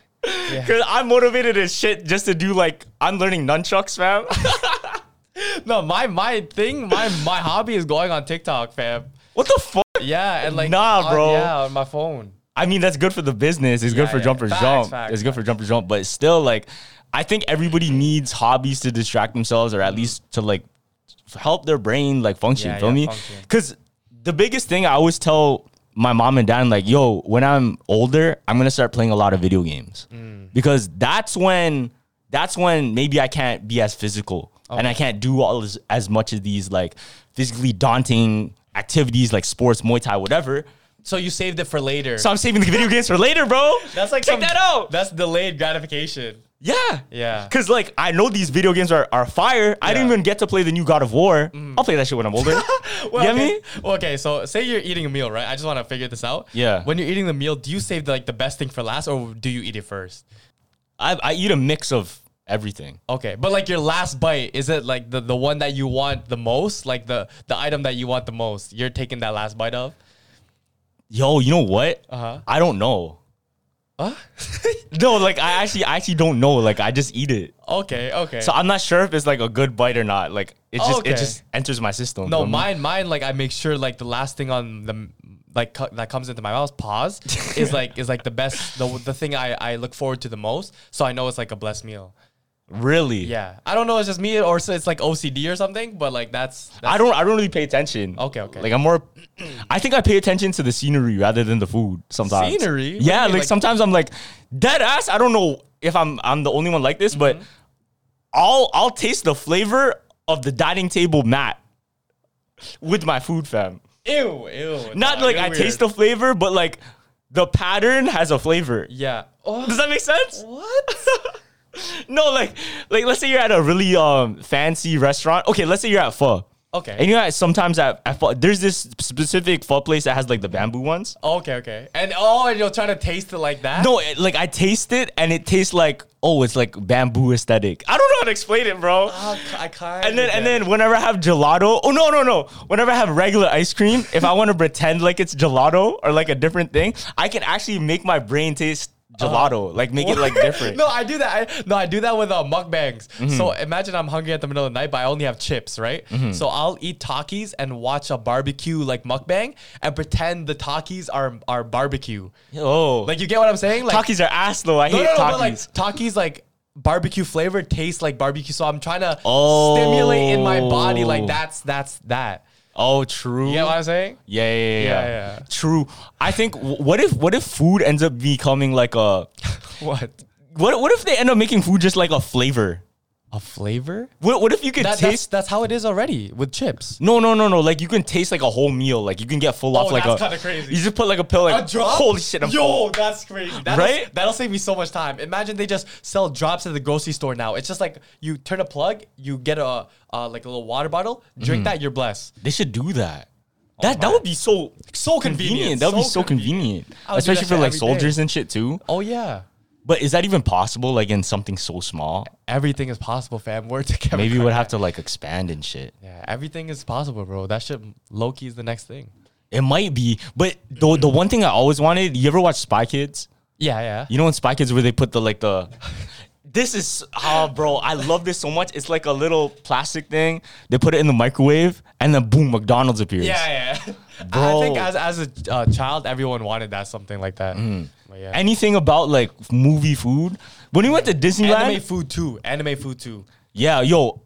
[SPEAKER 2] Cause I'm motivated as shit just to do like I'm learning nunchucks, fam. [laughs]
[SPEAKER 1] No, my my thing, my my hobby is going on TikTok, fam.
[SPEAKER 2] what the fuck?
[SPEAKER 1] Yeah, and like
[SPEAKER 2] Nah,
[SPEAKER 1] on-
[SPEAKER 2] bro.
[SPEAKER 1] yeah, on my phone.
[SPEAKER 2] I mean, that's good for the business. It's
[SPEAKER 1] Yeah,
[SPEAKER 2] good for
[SPEAKER 1] yeah.
[SPEAKER 2] jumper
[SPEAKER 1] Facts,
[SPEAKER 2] jump.
[SPEAKER 1] facts,
[SPEAKER 2] it's good for jumper jump. But still, like, I think everybody needs hobbies to distract themselves, or at least to like f- help their brain like function.
[SPEAKER 1] Mm-hmm. Yeah,
[SPEAKER 2] feel
[SPEAKER 1] yeah,
[SPEAKER 2] me?
[SPEAKER 1] function.
[SPEAKER 2] Because the biggest thing I always tell my mom and dad, like, yo, when I'm older, I'm gonna start playing a lot of video games
[SPEAKER 1] Mm.
[SPEAKER 2] because that's when that's when maybe I can't be as physical and I can't do all as, as much of these like physically daunting activities like sports, Muay Thai, whatever.
[SPEAKER 1] So you saved it for later.
[SPEAKER 2] So I'm saving the video games for later, bro.
[SPEAKER 1] that's like
[SPEAKER 2] check
[SPEAKER 1] some-
[SPEAKER 2] that out.
[SPEAKER 1] That's delayed gratification.
[SPEAKER 2] Yeah,
[SPEAKER 1] Yeah.
[SPEAKER 2] Cause like I know these video games are, are fire. I didn't
[SPEAKER 1] Yeah. Mm.
[SPEAKER 2] even get to play the new God of War. I'll play that shit when I'm
[SPEAKER 1] [laughs]
[SPEAKER 2] older.
[SPEAKER 1] Well,
[SPEAKER 2] you get
[SPEAKER 1] okay.
[SPEAKER 2] me?
[SPEAKER 1] Okay, so say you're eating a meal, right? I just want to figure this out.
[SPEAKER 2] Yeah.
[SPEAKER 1] When you're eating the meal, do you save the, like the best thing for last, or do you eat it first?
[SPEAKER 2] I, I eat a mix of everything.
[SPEAKER 1] Okay, but like your last bite, is it like the, the one that you want the most? Like the the item that you want the most? You're taking that last bite of?
[SPEAKER 2] Yo, you know what? Uh-huh. I don't know. [laughs] no, like I actually I actually don't know. Like I just eat it.
[SPEAKER 1] Okay, okay.
[SPEAKER 2] So I'm not sure if it's like a good bite or not. Like it just
[SPEAKER 1] Okay.
[SPEAKER 2] it just enters my system.
[SPEAKER 1] no,
[SPEAKER 2] feel me?
[SPEAKER 1] mine mine like I make sure like the last thing on the like co- that comes into my mouth pause
[SPEAKER 2] [laughs]
[SPEAKER 1] is like is like the best the the thing I I look forward to the most. So I know it's like a blessed meal.
[SPEAKER 2] really.
[SPEAKER 1] Yeah. I don't know it's just me or so it's like OCD or something, but like that's, that's
[SPEAKER 2] I don't I don't really pay attention.
[SPEAKER 1] Okay, okay.
[SPEAKER 2] Like I'm more I think I pay attention to the scenery rather than the food sometimes.
[SPEAKER 1] Scenery? What do you
[SPEAKER 2] Yeah,
[SPEAKER 1] mean,
[SPEAKER 2] like,
[SPEAKER 1] like-
[SPEAKER 2] sometimes I'm like dead ass. I don't know if I'm I'm the only one like this,
[SPEAKER 1] Mm-hmm.
[SPEAKER 2] but I'll I'll taste the flavor of the dining table mat with my food fam.
[SPEAKER 1] ew, ew.
[SPEAKER 2] Not
[SPEAKER 1] nah,
[SPEAKER 2] like
[SPEAKER 1] you're
[SPEAKER 2] I taste the
[SPEAKER 1] weird.
[SPEAKER 2] flavor, but like the pattern has a flavor. [laughs]
[SPEAKER 1] Yeah.
[SPEAKER 2] Does
[SPEAKER 1] Oh,
[SPEAKER 2] that make sense? [laughs]
[SPEAKER 1] what?
[SPEAKER 2] No, like like let's say you're at a really um fancy restaurant. Okay, let's say you're at pho.
[SPEAKER 1] Okay.
[SPEAKER 2] And you know, sometimes at, at pho, there's this specific pho place that has like the bamboo ones.
[SPEAKER 1] Okay, okay. And oh, and you're trying to taste it like that?
[SPEAKER 2] No, it, like I taste it and it tastes like oh, it's like bamboo aesthetic. I don't know how to explain it, bro.
[SPEAKER 1] Oh, I kind
[SPEAKER 2] And then and then whenever I have gelato, oh no no no! Whenever I have regular ice cream, if I want to pretend like it's gelato or like a different thing, I can actually make my brain taste gelato, like make it like different.
[SPEAKER 1] Uh, [laughs] no, I do that. I, no, I do that with uh, mukbangs. So imagine I'm hungry at the middle of the night, but I only have chips, right? So I'll eat Takis and watch a barbecue like mukbang and pretend the Takis are are barbecue.
[SPEAKER 2] Oh, like
[SPEAKER 1] Like you get what I'm saying? Like
[SPEAKER 2] Takis are ass though. I
[SPEAKER 1] no,
[SPEAKER 2] hate
[SPEAKER 1] no, no,
[SPEAKER 2] Takis.
[SPEAKER 1] but like Takis like barbecue flavor tastes like barbecue. So I'm trying to
[SPEAKER 2] Oh.
[SPEAKER 1] stimulate in my body like that's that's that.
[SPEAKER 2] Oh, true.
[SPEAKER 1] You get what I'm saying?
[SPEAKER 2] yeah, yeah, yeah, yeah,
[SPEAKER 1] Yeah, yeah.
[SPEAKER 2] True. I think. wh- What if? What if food ends up becoming like a?
[SPEAKER 1] What?
[SPEAKER 2] What? What if they end up making food just like a flavor?
[SPEAKER 1] A flavor?
[SPEAKER 2] What? What if you could
[SPEAKER 1] That, that's,
[SPEAKER 2] taste?
[SPEAKER 1] that's how it is already with chips.
[SPEAKER 2] no, no, no, no. Like you can taste like a whole meal. Like you can get full
[SPEAKER 1] Oh,
[SPEAKER 2] off like
[SPEAKER 1] that's
[SPEAKER 2] a.
[SPEAKER 1] kinda crazy.
[SPEAKER 2] You just put like a pill. Like holy shit! I'm full.
[SPEAKER 1] Yo, that's crazy. That'll,
[SPEAKER 2] Right?
[SPEAKER 1] That'll save me so much time. Imagine they just sell drops at the grocery store now. It's just like you turn a plug, you get a uh, like a little water bottle,
[SPEAKER 2] Mm-hmm.
[SPEAKER 1] drink that, you're blessed.
[SPEAKER 2] They should do that. That that would be so
[SPEAKER 1] Oh So convenient.
[SPEAKER 2] That would be
[SPEAKER 1] So
[SPEAKER 2] so convenient,
[SPEAKER 1] I would do that
[SPEAKER 2] especially for
[SPEAKER 1] shit
[SPEAKER 2] like
[SPEAKER 1] every day.
[SPEAKER 2] soldiers and shit too.
[SPEAKER 1] Oh yeah.
[SPEAKER 2] But is that even possible? Like in something so small,
[SPEAKER 1] Everything is possible, fam. We're together.
[SPEAKER 2] maybe we'd have to like expand and shit.
[SPEAKER 1] Yeah, everything is possible, bro. That shit, Loki is the next thing.
[SPEAKER 2] It might be, but the the one thing I always wanted. You ever watch Spy Kids?
[SPEAKER 1] Yeah, yeah.
[SPEAKER 2] You know in Spy Kids where they put the like the This is oh bro, I love this so much. It's like a little plastic thing. They put it in the microwave and then boom, McDonald's appears.
[SPEAKER 1] Yeah, yeah. [laughs] I think
[SPEAKER 2] Bro.
[SPEAKER 1] as as a uh, child, everyone wanted that something like that.
[SPEAKER 2] Mm.
[SPEAKER 1] But yeah.
[SPEAKER 2] Anything about like movie food. When we went to Disneyland,
[SPEAKER 1] anime food too. Anime food too.
[SPEAKER 2] yeah, yo,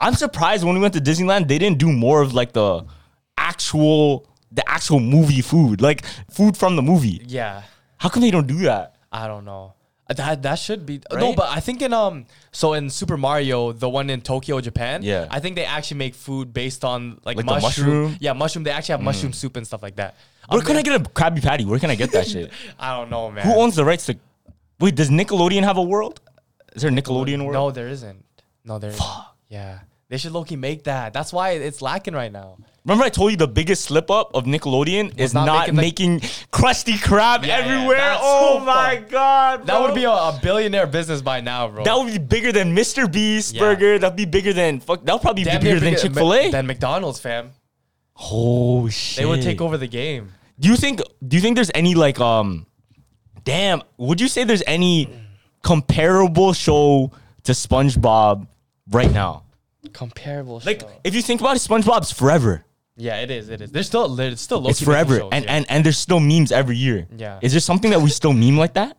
[SPEAKER 2] I'm surprised when we went to Disneyland, they didn't do more of like the actual the actual movie food, like food from the movie.
[SPEAKER 1] Yeah,
[SPEAKER 2] How come they don't do that?
[SPEAKER 1] I don't know. Uh, That that should be no,
[SPEAKER 2] Right?
[SPEAKER 1] but I think in um so in Super Mario, the one in Tokyo, Japan.
[SPEAKER 2] Yeah.
[SPEAKER 1] I think they actually make food based on like,
[SPEAKER 2] Like the
[SPEAKER 1] mushroom.
[SPEAKER 2] mushroom? Mm.
[SPEAKER 1] Yeah, mushroom. They actually have mushroom soup and stuff like that.
[SPEAKER 2] Where
[SPEAKER 1] Um,
[SPEAKER 2] can I get a Krabby Patty? Where can I get that
[SPEAKER 1] [laughs]
[SPEAKER 2] shit?
[SPEAKER 1] I don't know, man.
[SPEAKER 2] Who owns the rights to? Wait, does Nickelodeon have a world? Is there a Nickelodeon world?
[SPEAKER 1] No, there isn't. No, there. Isn't. Yeah, they should Loki make that. That's why it's lacking right now.
[SPEAKER 2] Remember, I told you the biggest slip up of Nickelodeon is
[SPEAKER 1] not
[SPEAKER 2] not,
[SPEAKER 1] making
[SPEAKER 2] making, Krusty Krab
[SPEAKER 1] Yeah, yeah,
[SPEAKER 2] everywhere.
[SPEAKER 1] that's
[SPEAKER 2] oh
[SPEAKER 1] so
[SPEAKER 2] my
[SPEAKER 1] fucked.
[SPEAKER 2] god,
[SPEAKER 1] That would
[SPEAKER 2] bro.
[SPEAKER 1] be a, a billionaire business by now, bro.
[SPEAKER 2] that would be bigger than Mr. Beast
[SPEAKER 1] Yeah.
[SPEAKER 2] burger. That'd be bigger than fuck. That'll probably be
[SPEAKER 1] Damn
[SPEAKER 2] bigger
[SPEAKER 1] near
[SPEAKER 2] than
[SPEAKER 1] bigger-
[SPEAKER 2] Chick Fil A.
[SPEAKER 1] Than McDonald's, fam.
[SPEAKER 2] Oh shit,
[SPEAKER 1] They would take over the game.
[SPEAKER 2] Do you think? Do you think there's any like um, damn? Would you say there's any comparable show to SpongeBob right now?
[SPEAKER 1] Comparable,
[SPEAKER 2] Like, if you think about it, SpongeBob's forever.
[SPEAKER 1] yeah, it is. It is. There's still it's still Loki.
[SPEAKER 2] it's forever, and
[SPEAKER 1] yeah.
[SPEAKER 2] and and there's still memes every year.
[SPEAKER 1] Yeah.
[SPEAKER 2] is there something that we still meme like that?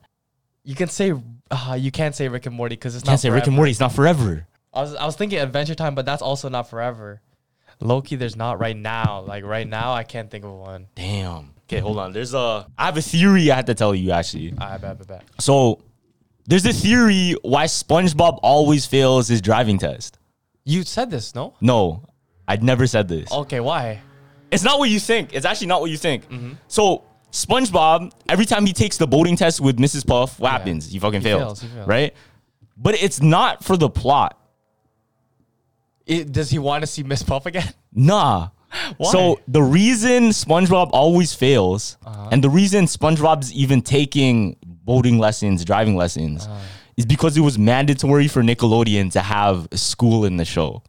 [SPEAKER 1] you can say uh, you can't say Rick and Morty because it's
[SPEAKER 2] Can't
[SPEAKER 1] not
[SPEAKER 2] say Rick and
[SPEAKER 1] forever.
[SPEAKER 2] Morty's not forever.
[SPEAKER 1] I was I was thinking Adventure Time, but that's also not forever. Loki, there's not right now. Like right now, I can't think of one.
[SPEAKER 2] Damn. Okay, hold on. There's a. I have a theory I had to tell you actually.
[SPEAKER 1] I bet, bet, bet.
[SPEAKER 2] So, there's a theory why SpongeBob always fails his driving test.
[SPEAKER 1] You said this, no?
[SPEAKER 2] No, I'd never said this.
[SPEAKER 1] Okay, why?
[SPEAKER 2] It's not what you think. It's actually not what you think. So SpongeBob, every time he takes the boating test with Mrs. Puff, what happens? He fucking fails,
[SPEAKER 1] fails, he fails.
[SPEAKER 2] right? But it's not for the plot.
[SPEAKER 1] It, does he want to see Miss Puff again? [laughs]
[SPEAKER 2] Nah.
[SPEAKER 1] Why?
[SPEAKER 2] So the reason SpongeBob always fails,
[SPEAKER 1] Uh-huh.
[SPEAKER 2] and the reason SpongeBob's even taking boating lessons, driving lessons,
[SPEAKER 1] Uh-huh.
[SPEAKER 2] is because it was mandatory for Nickelodeon to have school in the show.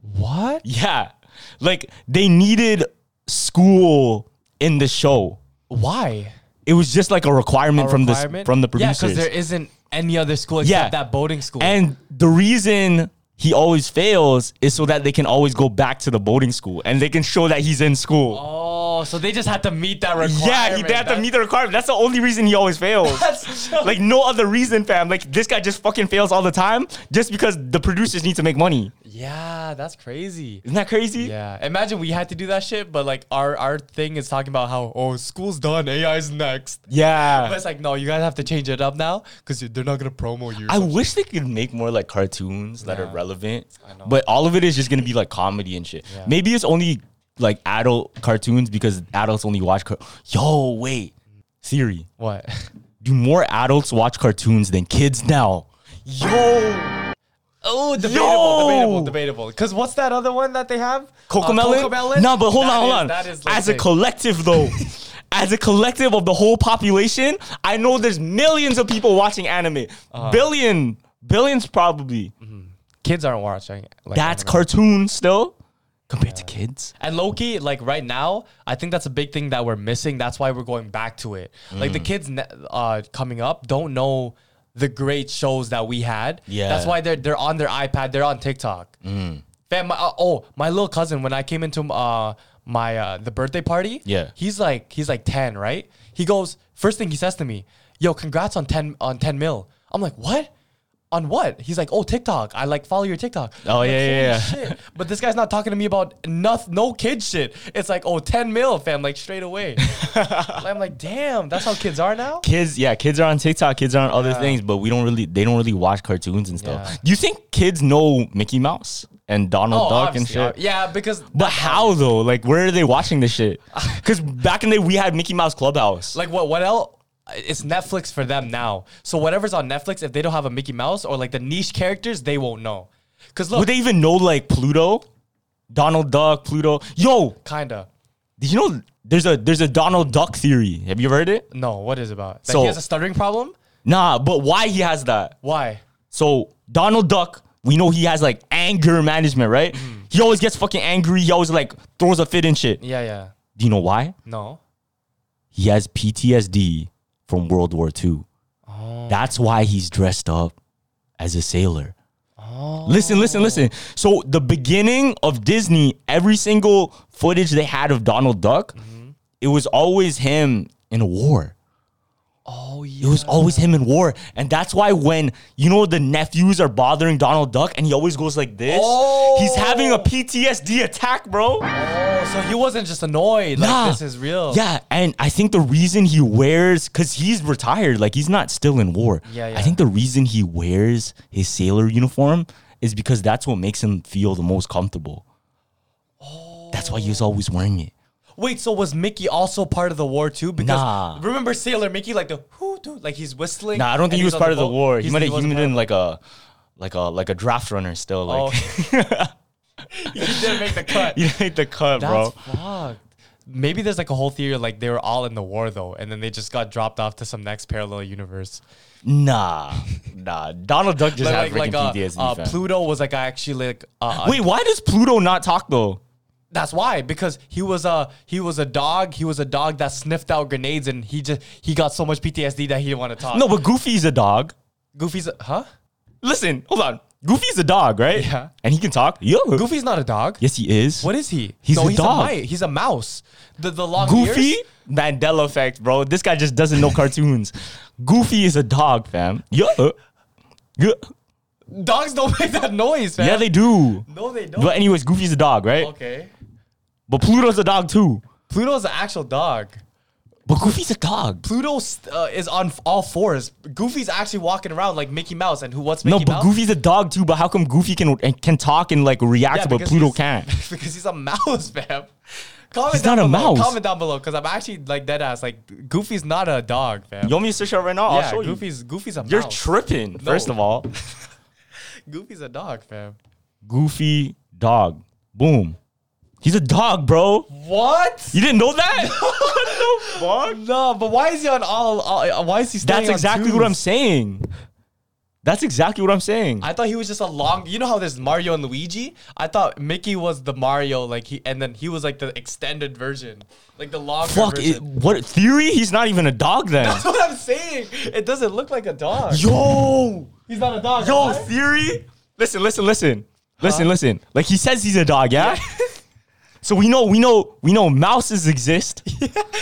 [SPEAKER 1] What?
[SPEAKER 2] Yeah, like they needed school in the show.
[SPEAKER 1] Why?
[SPEAKER 2] It was just like a requirement, from the
[SPEAKER 1] requirement?
[SPEAKER 2] from the
[SPEAKER 1] Yeah,
[SPEAKER 2] producers.
[SPEAKER 1] because there isn't any other school except
[SPEAKER 2] Yeah.
[SPEAKER 1] that boating school.
[SPEAKER 2] And the reason he always fails is so that they can always go back to the boating school and they can show that he's in school.
[SPEAKER 1] oh, so they just had to meet that requirement.
[SPEAKER 2] Yeah, he, they have to
[SPEAKER 1] That-
[SPEAKER 2] meet the requirement. That's the only reason he always fails.
[SPEAKER 1] [laughs] That's so-
[SPEAKER 2] [laughs] like no other reason, fam. Like this guy just fucking fails all the time, just because the producers need to make money.
[SPEAKER 1] Yeah, that's crazy.
[SPEAKER 2] Isn't that [laughs] crazy?
[SPEAKER 1] Yeah, imagine we had to do that shit, but like our our thing is talking about how oh school's done, AI's next.
[SPEAKER 2] Yeah.
[SPEAKER 1] But it's like no, you guys have to change it up now because they're not gonna promo you. or
[SPEAKER 2] I
[SPEAKER 1] something.
[SPEAKER 2] wish they could make more like cartoons that are relevant, but all of it is just gonna be like comedy and shit. Maybe it's only like adult cartoons because adults only watch. Car- Yo, wait, theory.
[SPEAKER 1] what?
[SPEAKER 2] Do more adults watch cartoons than kids now? Yo,
[SPEAKER 1] Oh, debatable,
[SPEAKER 2] [laughs] Yo!
[SPEAKER 1] debatable, debatable. Because what's that other one that they have? Uh,
[SPEAKER 2] Cocomelon?
[SPEAKER 1] Cocomelon?
[SPEAKER 2] No, but hold
[SPEAKER 1] That
[SPEAKER 2] on, hold
[SPEAKER 1] is-
[SPEAKER 2] on.
[SPEAKER 1] that is, like,
[SPEAKER 2] As a
[SPEAKER 1] big.
[SPEAKER 2] collective, though, [laughs] as a collective of the whole population, I know there's millions of people watching anime.
[SPEAKER 1] Uh-huh.
[SPEAKER 2] Billion, billions probably.
[SPEAKER 1] kids aren't watching. Like,
[SPEAKER 2] That's
[SPEAKER 1] anime.
[SPEAKER 2] cartoon still compared to kids.
[SPEAKER 1] And Loki, like right now, I think that's a big thing that we're missing. That's why we're going back to it. Like the
[SPEAKER 2] Mm.
[SPEAKER 1] kids ne- uh, coming up don't know the great shows that we had.
[SPEAKER 2] Yeah. Mm.
[SPEAKER 1] that's why they're they're on their iPad. They're on TikTok. Fam, my, uh, oh, my little cousin when I came into uh my uh, the birthday party.
[SPEAKER 2] Yeah.
[SPEAKER 1] he's like he's like ten, right? He goes first thing he says to me, "Yo, congrats on ten on ten mil." I'm like, what? On what? He's like, oh TikTok. I like follow your TikTok.
[SPEAKER 2] Oh,
[SPEAKER 1] I'm like,
[SPEAKER 2] yeah, yeah,
[SPEAKER 1] "Holy
[SPEAKER 2] yeah."
[SPEAKER 1] shit shit. But this guy's not talking to me about noth- no kid shit. It's like, oh, 10 mil, fam, like straight
[SPEAKER 2] [laughs]
[SPEAKER 1] away. I'm like, damn, that's how kids are now?
[SPEAKER 2] Kids, yeah, kids are on TikTok, kids are on other things, but we don't really they don't really watch cartoons and stuff.
[SPEAKER 1] Yeah. Oh,
[SPEAKER 2] Do you think kids know Mickey Mouse and Donald Duck and
[SPEAKER 1] obviously,
[SPEAKER 2] shit?
[SPEAKER 1] ob- Yeah, because
[SPEAKER 2] But how though? Like, where are they watching
[SPEAKER 1] [laughs]
[SPEAKER 2] this shit? Because back in the day, we had Mickey Mouse Clubhouse.
[SPEAKER 1] like what what else? It's Netflix for them now. So whatever's on Netflix, if they don't have a Mickey Mouse or like the niche characters, they won't know. Cause look,
[SPEAKER 2] Would they even know like Pluto, Donald Duck, Pluto? Yo,
[SPEAKER 1] kinda.
[SPEAKER 2] Did you know there's a there's a Donald Duck theory? Have you heard it?
[SPEAKER 1] No, what is it about? That
[SPEAKER 2] So-
[SPEAKER 1] he has a stuttering problem?
[SPEAKER 2] Nah, but why he has that?
[SPEAKER 1] Why?
[SPEAKER 2] So Donald Duck, we know he has like anger management, right? He always gets fucking angry. He always like throws a fit and shit.
[SPEAKER 1] Yeah, yeah.
[SPEAKER 2] Do you know why?
[SPEAKER 1] No.
[SPEAKER 2] He has PTSD from World War II. That's why he's dressed up as a sailor. Listen, listen, listen. So the beginning of Disney, every single footage they had of Donald Duck, it was always him in a war.
[SPEAKER 1] Oh
[SPEAKER 2] It
[SPEAKER 1] yeah.
[SPEAKER 2] was always him in war. And that's why when you know the nephews are bothering Donald Duck and he always goes like this, he's having a PTSD attack, bro.
[SPEAKER 1] Oh, so he wasn't just annoyed. Like
[SPEAKER 2] Nah.
[SPEAKER 1] this is real.
[SPEAKER 2] Yeah, and I think the reason he wears cuz he's retired, like he's not still in war.
[SPEAKER 1] Yeah, yeah.
[SPEAKER 2] I think the reason he wears his sailor uniform is because that's what makes him feel the most comfortable.
[SPEAKER 1] Oh.
[SPEAKER 2] That's why he was always wearing it.
[SPEAKER 1] Wait, so was Mickey also part of the war too? Because
[SPEAKER 2] Nah.
[SPEAKER 1] remember Sailor Mickey, like the who dude, like he's whistling.
[SPEAKER 2] Nah, I don't
[SPEAKER 1] and
[SPEAKER 2] think he
[SPEAKER 1] he's
[SPEAKER 2] was
[SPEAKER 1] on
[SPEAKER 2] part of the
[SPEAKER 1] boat.
[SPEAKER 2] war. He
[SPEAKER 1] He's-
[SPEAKER 2] might have
[SPEAKER 1] wasn't
[SPEAKER 2] even
[SPEAKER 1] part of-
[SPEAKER 2] been like a like a like a draft runner still like
[SPEAKER 1] Oh, [laughs] he didn't make the cut.
[SPEAKER 2] [laughs] you hate the cut,
[SPEAKER 1] That's
[SPEAKER 2] bro.
[SPEAKER 1] fucked. Maybe there's like a whole theory like they were all in the war though, and then they just got dropped off to some next parallel universe.
[SPEAKER 2] Nah, nah. Donald Duck just
[SPEAKER 1] Like
[SPEAKER 2] had
[SPEAKER 1] like,
[SPEAKER 2] freaking
[SPEAKER 1] like uh,
[SPEAKER 2] PTSD.
[SPEAKER 1] uh,
[SPEAKER 2] fam.
[SPEAKER 1] Pluto was like actually like uh,
[SPEAKER 2] Wait, why does Pluto not talk though?
[SPEAKER 1] That's why, because he was a he was a dog. He was a dog that sniffed out grenades, and he just he got so much PTSD that he didn't want to talk.
[SPEAKER 2] No, but Goofy's a dog.
[SPEAKER 1] Goofy's a, huh?
[SPEAKER 2] Listen, hold on. Goofy's a dog, right?
[SPEAKER 1] Yeah.
[SPEAKER 2] And he can talk. Yo,
[SPEAKER 1] Goofy's not a dog.
[SPEAKER 2] Yes, he is.
[SPEAKER 1] What is he?
[SPEAKER 2] He's a
[SPEAKER 1] he's
[SPEAKER 2] dog.
[SPEAKER 1] A mite. He's a mouse. The the long
[SPEAKER 2] Goofy?
[SPEAKER 1] ears?
[SPEAKER 2] Mandela effect, bro. This guy
[SPEAKER 1] [laughs]
[SPEAKER 2] just doesn't know cartoons. Goofy is a dog, fam. Yo. Yo.
[SPEAKER 1] Dogs don't [laughs] make that noise, man.
[SPEAKER 2] Yeah, they do.
[SPEAKER 1] No, they don't.
[SPEAKER 2] But anyways, Goofy's a dog, right?
[SPEAKER 1] okay.
[SPEAKER 2] But Pluto's a dog too.
[SPEAKER 1] Pluto's an actual dog.
[SPEAKER 2] But Goofy's a dog.
[SPEAKER 1] Pluto uh, is on f- all fours. Goofy's actually walking around like Mickey Mouse, and who? What's Mickey
[SPEAKER 2] no, but
[SPEAKER 1] Mouse?
[SPEAKER 2] Goofy's a dog too. But how come Goofy can and can talk and like react,
[SPEAKER 1] Yeah,
[SPEAKER 2] but
[SPEAKER 1] because
[SPEAKER 2] Pluto
[SPEAKER 1] he's- [laughs]
[SPEAKER 2] can't?
[SPEAKER 1] because he's a mouse, fam. Comment
[SPEAKER 2] He's
[SPEAKER 1] down
[SPEAKER 2] not
[SPEAKER 1] below.
[SPEAKER 2] a mouse.
[SPEAKER 1] Comment down below because I'm actually like dead ass. Like Goofy's not a dog, fam.
[SPEAKER 2] You want me to search up right now?
[SPEAKER 1] yeah,
[SPEAKER 2] I'll show you.
[SPEAKER 1] Goofy's Goofy's a
[SPEAKER 2] You're
[SPEAKER 1] mouse.
[SPEAKER 2] tripping. First of all,
[SPEAKER 1] Goofy's a dog, fam.
[SPEAKER 2] Goofy dog. Boom. He's a dog, bro.
[SPEAKER 1] What?
[SPEAKER 2] You didn't know that? [laughs] what the fuck?
[SPEAKER 1] No, but why is he on all? all why is he? standing
[SPEAKER 2] That's
[SPEAKER 1] on
[SPEAKER 2] exactly
[SPEAKER 1] twos?
[SPEAKER 2] what I'm saying. That's exactly what I'm saying.
[SPEAKER 1] I thought he was just a long. You know how there's Mario and Luigi. I thought Mickey was the Mario, like he, and then he was like the extended version, like the longer
[SPEAKER 2] fuck
[SPEAKER 1] version. [laughs]
[SPEAKER 2] it. What theory? He's not even a dog then.
[SPEAKER 1] That's what I'm saying. It doesn't look like a dog.
[SPEAKER 2] [laughs] Yo.
[SPEAKER 1] He's not a dog.
[SPEAKER 2] Yo,
[SPEAKER 1] right?
[SPEAKER 2] theory. Listen, listen, listen, listen, listen. Like he says he's a dog, yeah. [laughs] so we know, we know, we know mouses exist.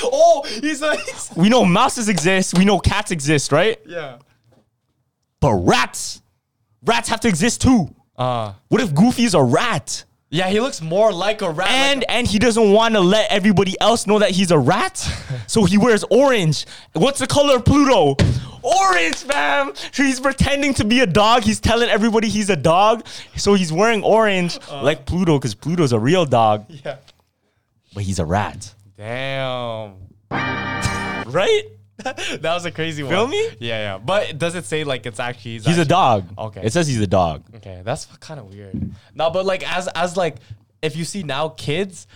[SPEAKER 1] Oh, he's a. He's,
[SPEAKER 2] We know mouses exist. We know cats exist, right?
[SPEAKER 1] yeah.
[SPEAKER 2] But rats, rats have to exist too.
[SPEAKER 1] Uh,
[SPEAKER 2] What if Goofy's a rat?
[SPEAKER 1] yeah, he looks more like a rat. like
[SPEAKER 2] And and he doesn't want to let everybody else know that he's a rat,
[SPEAKER 1] [laughs]
[SPEAKER 2] so he wears orange. What's the color of Pluto? Orange, fam. So he's pretending to be a dog. He's telling everybody he's a dog, so he's
[SPEAKER 1] [laughs]
[SPEAKER 2] wearing orange like Pluto, because Pluto's a real dog,
[SPEAKER 1] a- Uh. [laughs] yeah.
[SPEAKER 2] but he's a rat,
[SPEAKER 1] Damn. [laughs]
[SPEAKER 2] right?
[SPEAKER 1] That was a crazy one.
[SPEAKER 2] Feel me?
[SPEAKER 1] Yeah, yeah. But does it say like it's actually
[SPEAKER 2] He's a
[SPEAKER 1] actually-
[SPEAKER 2] dog.
[SPEAKER 1] Okay.
[SPEAKER 2] It says he's a dog.
[SPEAKER 1] Okay, that's [laughs] kind of weird. No, but like as as like if you see now kids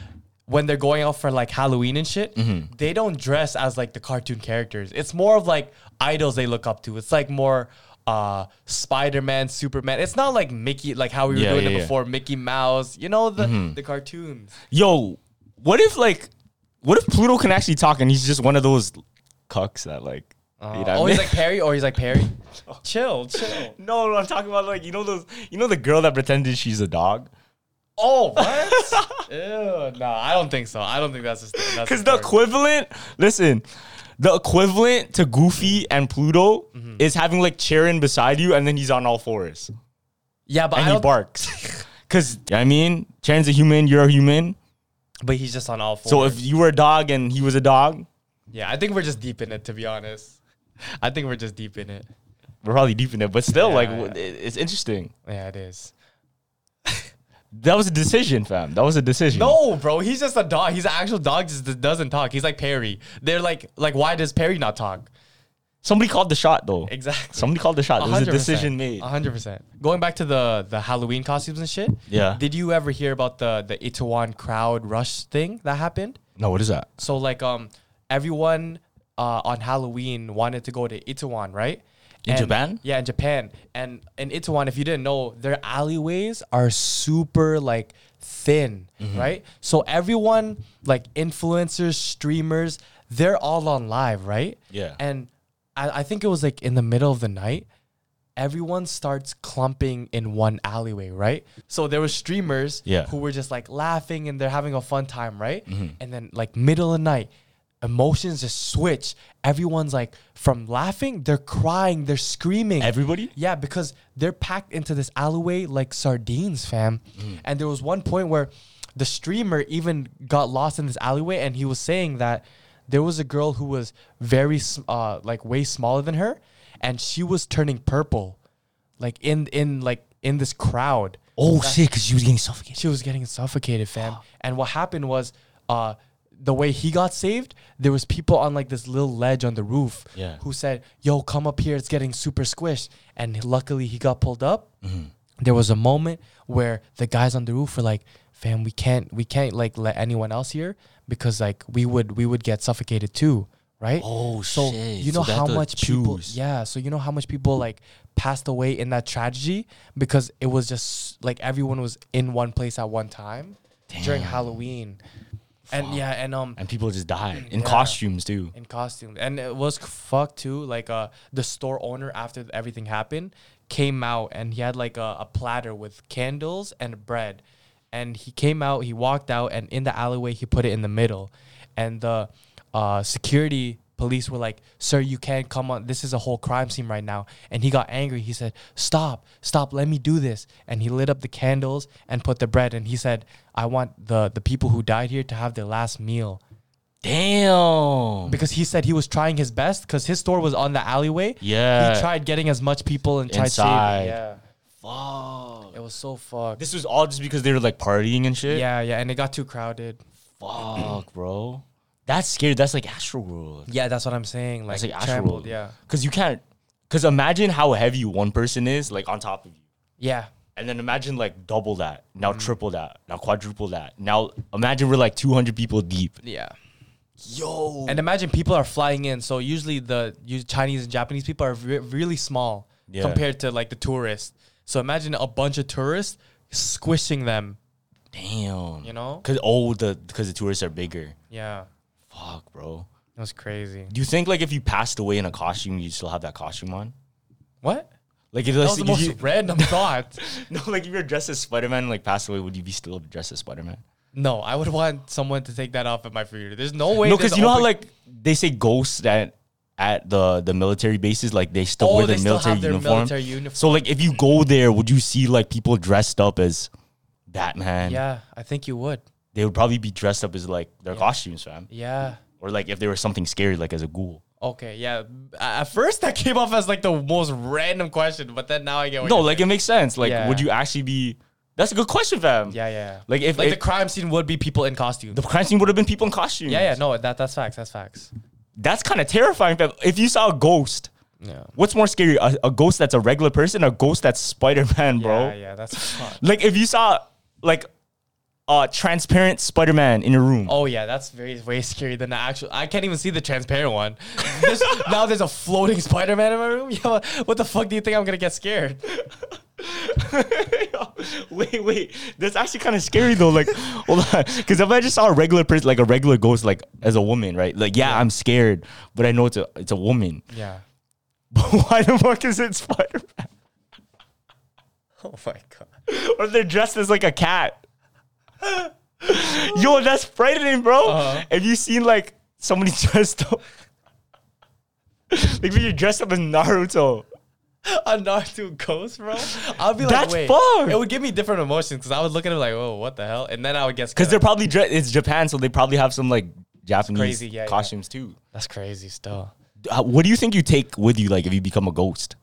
[SPEAKER 1] when they're going out for like Halloween and shit,
[SPEAKER 2] Mm-hmm.
[SPEAKER 1] they don't dress as like the cartoon characters. It's more of like idols they look up to. It's like more uh Spider-Man, Superman. It's not like Mickey like how we were
[SPEAKER 2] Yeah,
[SPEAKER 1] doing
[SPEAKER 2] yeah, Mm-hmm.
[SPEAKER 1] it
[SPEAKER 2] yeah.
[SPEAKER 1] before, Mickey Mouse, you know the the cartoons.
[SPEAKER 2] Yo, what if like, what if Pluto can actually talk and he's just one of those cucks that like, you know what I
[SPEAKER 1] oh, he's
[SPEAKER 2] mean?
[SPEAKER 1] like Perry or he's like Perry. [laughs] chill, chill.
[SPEAKER 2] No, no, I'm talking about like you know those you know the girl that pretended she's a dog.
[SPEAKER 1] Oh, [laughs] what? Ew, no, I don't think so. I don't think that's his thing. That's his
[SPEAKER 2] Because the
[SPEAKER 1] story.
[SPEAKER 2] equivalent, listen, the equivalent to Goofy and Pluto
[SPEAKER 1] Mm-hmm.
[SPEAKER 2] is having like Charon beside you, and then he's on all fours
[SPEAKER 1] Yeah, but
[SPEAKER 2] and
[SPEAKER 1] I
[SPEAKER 2] he
[SPEAKER 1] don't,
[SPEAKER 2] barks. Because I mean, Charon's a human, you're a human.
[SPEAKER 1] but he's just on all fours.
[SPEAKER 2] So if you were a dog and he was a dog,
[SPEAKER 1] Yeah, I think we're just deep in it, to be honest. I think we're just deep in it.
[SPEAKER 2] we're probably deep in it, but still,
[SPEAKER 1] Yeah,
[SPEAKER 2] like,
[SPEAKER 1] yeah.
[SPEAKER 2] w- it- it's interesting.
[SPEAKER 1] Yeah, it is.
[SPEAKER 2] That was a decision, fam. That was a decision.
[SPEAKER 1] No, bro, he's just a dog. He's an actual dog, just d- doesn't talk. He's like Perry. They're like, like, why does Perry not talk?
[SPEAKER 2] somebody called the shot though.
[SPEAKER 1] Exactly.
[SPEAKER 2] Somebody called the shot. There Uh, was a
[SPEAKER 1] 100%,
[SPEAKER 2] decision made.
[SPEAKER 1] 100%. Going back to the the Halloween costumes and shit.
[SPEAKER 2] Yeah.
[SPEAKER 1] Did you ever hear about the the Itawan crowd rush thing that happened?
[SPEAKER 2] No, what is that?
[SPEAKER 1] So like um everyone uh, on Halloween wanted to go to Itaewon, right?
[SPEAKER 2] In Japan?
[SPEAKER 1] Yeah, in Japan. And in Itaewon, if you didn't know, their alleyways are super like thin,
[SPEAKER 2] Mm-hmm.
[SPEAKER 1] right? So everyone, like influencers, streamers, they're all on live, right?
[SPEAKER 2] Yeah.
[SPEAKER 1] And I, I think it was like in the middle of the night, everyone starts clumping in one alleyway, right? So there were streamers
[SPEAKER 2] Yeah.
[SPEAKER 1] who were just like laughing and they're having a fun time, right?
[SPEAKER 2] Mm-hmm.
[SPEAKER 1] And then like middle of the night, emotions just switch. Everyone's like from laughing, they're crying, they're screaming.
[SPEAKER 2] Everybody?
[SPEAKER 1] Yeah, because they're packed into this alleyway like sardines, fam.
[SPEAKER 2] Mm-hmm.
[SPEAKER 1] And there was one point where the streamer even got lost in this alleyway, and he was saying that there was a girl who was very, s- uh, like, way smaller than her, and she was turning purple, like in in like in this crowd.
[SPEAKER 2] Oh shit, because she was getting suffocated.
[SPEAKER 1] She was getting suffocated, fam. And what happened was, uh, the way he got saved, there was people on like this little ledge on the roof
[SPEAKER 2] Yeah.
[SPEAKER 1] who said, "Yo, come up here. It's getting super squished." And luckily, he got pulled up.
[SPEAKER 2] Mm-hmm.
[SPEAKER 1] There was a moment where the guys on the roof were like, "Fam, we can't, we can't like let anyone else here because like we would, we would get suffocated too." Right.
[SPEAKER 2] Oh,
[SPEAKER 1] so
[SPEAKER 2] shit.
[SPEAKER 1] You
[SPEAKER 2] So
[SPEAKER 1] know
[SPEAKER 2] they had
[SPEAKER 1] how
[SPEAKER 2] to
[SPEAKER 1] much people.
[SPEAKER 2] choose.
[SPEAKER 1] Yeah, so you know how much people like passed away in that tragedy because it was just like everyone was in one place at one time during Halloween, and yeah, and um,
[SPEAKER 2] And people just died in costumes too.
[SPEAKER 1] in costume, and it was fucked too. Like uh, the store owner after everything happened came out and he had like a, a platter with candles and bread, and he came out, he walked out, and in the alleyway he put it in the middle, and the uh, security police were like, "Sir, you can't come on. This is a whole crime scene right now." And he got angry. He said, "Stop, stop. Let me do this." And he lit up the candles and put the bread. And he said, "I want the the people who died here to have their last meal."
[SPEAKER 2] Damn.
[SPEAKER 1] because he said he was trying his best because his store was on the alleyway.
[SPEAKER 2] Yeah.
[SPEAKER 1] he tried getting as much people and tried
[SPEAKER 2] Inside.
[SPEAKER 1] saving. Yeah, fuck, it was so fucked.
[SPEAKER 2] This was all just because they were like partying and shit.
[SPEAKER 1] yeah, yeah, and it got too crowded.
[SPEAKER 2] Fuck, bro. That's scary. That's like Astro World.
[SPEAKER 1] Yeah, that's what I'm saying. Like,
[SPEAKER 2] That's like Astro
[SPEAKER 1] trampled.
[SPEAKER 2] World.
[SPEAKER 1] Yeah,
[SPEAKER 2] Because you can't. Because imagine how heavy one person is, like on top of you.
[SPEAKER 1] yeah,
[SPEAKER 2] And then imagine like double that, now
[SPEAKER 1] Mm.
[SPEAKER 2] triple that, now quadruple that. Now imagine we're like 200 people deep.
[SPEAKER 1] yeah.
[SPEAKER 2] Yo.
[SPEAKER 1] And imagine people are flying in. So usually the you Chinese and Japanese people are re- really small
[SPEAKER 2] Yeah.
[SPEAKER 1] compared to like the tourists. So imagine a bunch of tourists squishing them.
[SPEAKER 2] Damn.
[SPEAKER 1] You know?
[SPEAKER 2] Because oh, the because the tourists are bigger.
[SPEAKER 1] Yeah,
[SPEAKER 2] Fuck, bro.
[SPEAKER 1] it was crazy.
[SPEAKER 2] Do you think like if you passed away in a costume, you still have that costume on?
[SPEAKER 1] What?
[SPEAKER 2] Like if
[SPEAKER 1] That
[SPEAKER 2] let's
[SPEAKER 1] was the
[SPEAKER 2] if
[SPEAKER 1] most
[SPEAKER 2] you,
[SPEAKER 1] random [laughs] thought.
[SPEAKER 2] [laughs] no, like if you're dressed as Spider Man, like passed away, would you be still dressed as Spider Man?
[SPEAKER 1] No, I would want someone to take that off at my funeral. There's no way.
[SPEAKER 2] No,
[SPEAKER 1] there's
[SPEAKER 2] because you know how
[SPEAKER 1] open-
[SPEAKER 2] like they say ghosts that at the the military bases, like they still
[SPEAKER 1] Oh,
[SPEAKER 2] wear
[SPEAKER 1] they
[SPEAKER 2] the
[SPEAKER 1] still
[SPEAKER 2] military,
[SPEAKER 1] have their
[SPEAKER 2] uniform.
[SPEAKER 1] military uniform.
[SPEAKER 2] So like if you go there, would you see like people dressed up as Batman?
[SPEAKER 1] Yeah, I think you would.
[SPEAKER 2] They would probably be dressed up as like their costumes, fam.
[SPEAKER 1] Yeah.
[SPEAKER 2] Or like if there was something scary, like as a ghoul.
[SPEAKER 1] Okay. Yeah. A- At first, that came off as like the most random question, but then now I get what
[SPEAKER 2] No,
[SPEAKER 1] you're
[SPEAKER 2] like it makes sense. Like,
[SPEAKER 1] Oh, Yeah.
[SPEAKER 2] would you actually be? That's a good question, fam.
[SPEAKER 1] saying. yeah, yeah.
[SPEAKER 2] Like if
[SPEAKER 1] like
[SPEAKER 2] if-
[SPEAKER 1] the crime scene would be people in costume.
[SPEAKER 2] the crime scene would have been people in costumes.
[SPEAKER 1] yeah, yeah. No, that that's facts. That's facts.
[SPEAKER 2] That's kind of terrifying, fam. If you saw a ghost,
[SPEAKER 1] Yeah.
[SPEAKER 2] what's more scary? A, a ghost that's a regular person, a ghost that's Spider Man, bro.
[SPEAKER 1] Yeah, yeah. That's fun.
[SPEAKER 2] Like if you saw like a transparent Spider Man in your room.
[SPEAKER 1] Oh yeah, that's very way scary than the actual. I can't even see the transparent one. [laughs] There's- now there's a floating Spider-Man in my room. [laughs] Yeah, what the fuck do you think I'm gonna get scared?
[SPEAKER 2] [laughs] wait, wait. That's actually kind of scary though. Like, [laughs] hold on, because if I just saw a regular person, like a regular ghost, like as a woman, right? Like, yeah, I'm scared, but I know it's a it's a woman. [laughs]
[SPEAKER 1] Yeah.
[SPEAKER 2] But why the fuck is it Spider Man?
[SPEAKER 1] [laughs] Oh my god.
[SPEAKER 2] Or they're dressed as like a cat. Yo, that's frightening, bro.
[SPEAKER 1] Uh-huh.
[SPEAKER 2] Have you seen like somebody [laughs] dressed up? like when you're dressed up as Naruto.
[SPEAKER 1] a Naruto ghost, bro. I'll be like,
[SPEAKER 2] That's
[SPEAKER 1] wait.
[SPEAKER 2] fucked.
[SPEAKER 1] It would give me different emotions because I would look at it like, oh, what the hell? And then I would guess
[SPEAKER 2] Because they're probably dre- it's Japan, so they probably have some like Japanese
[SPEAKER 1] crazy, yeah, yeah.
[SPEAKER 2] costumes too.
[SPEAKER 1] that's crazy still.
[SPEAKER 2] Uh, what do you think you take with you, like if you become a ghost?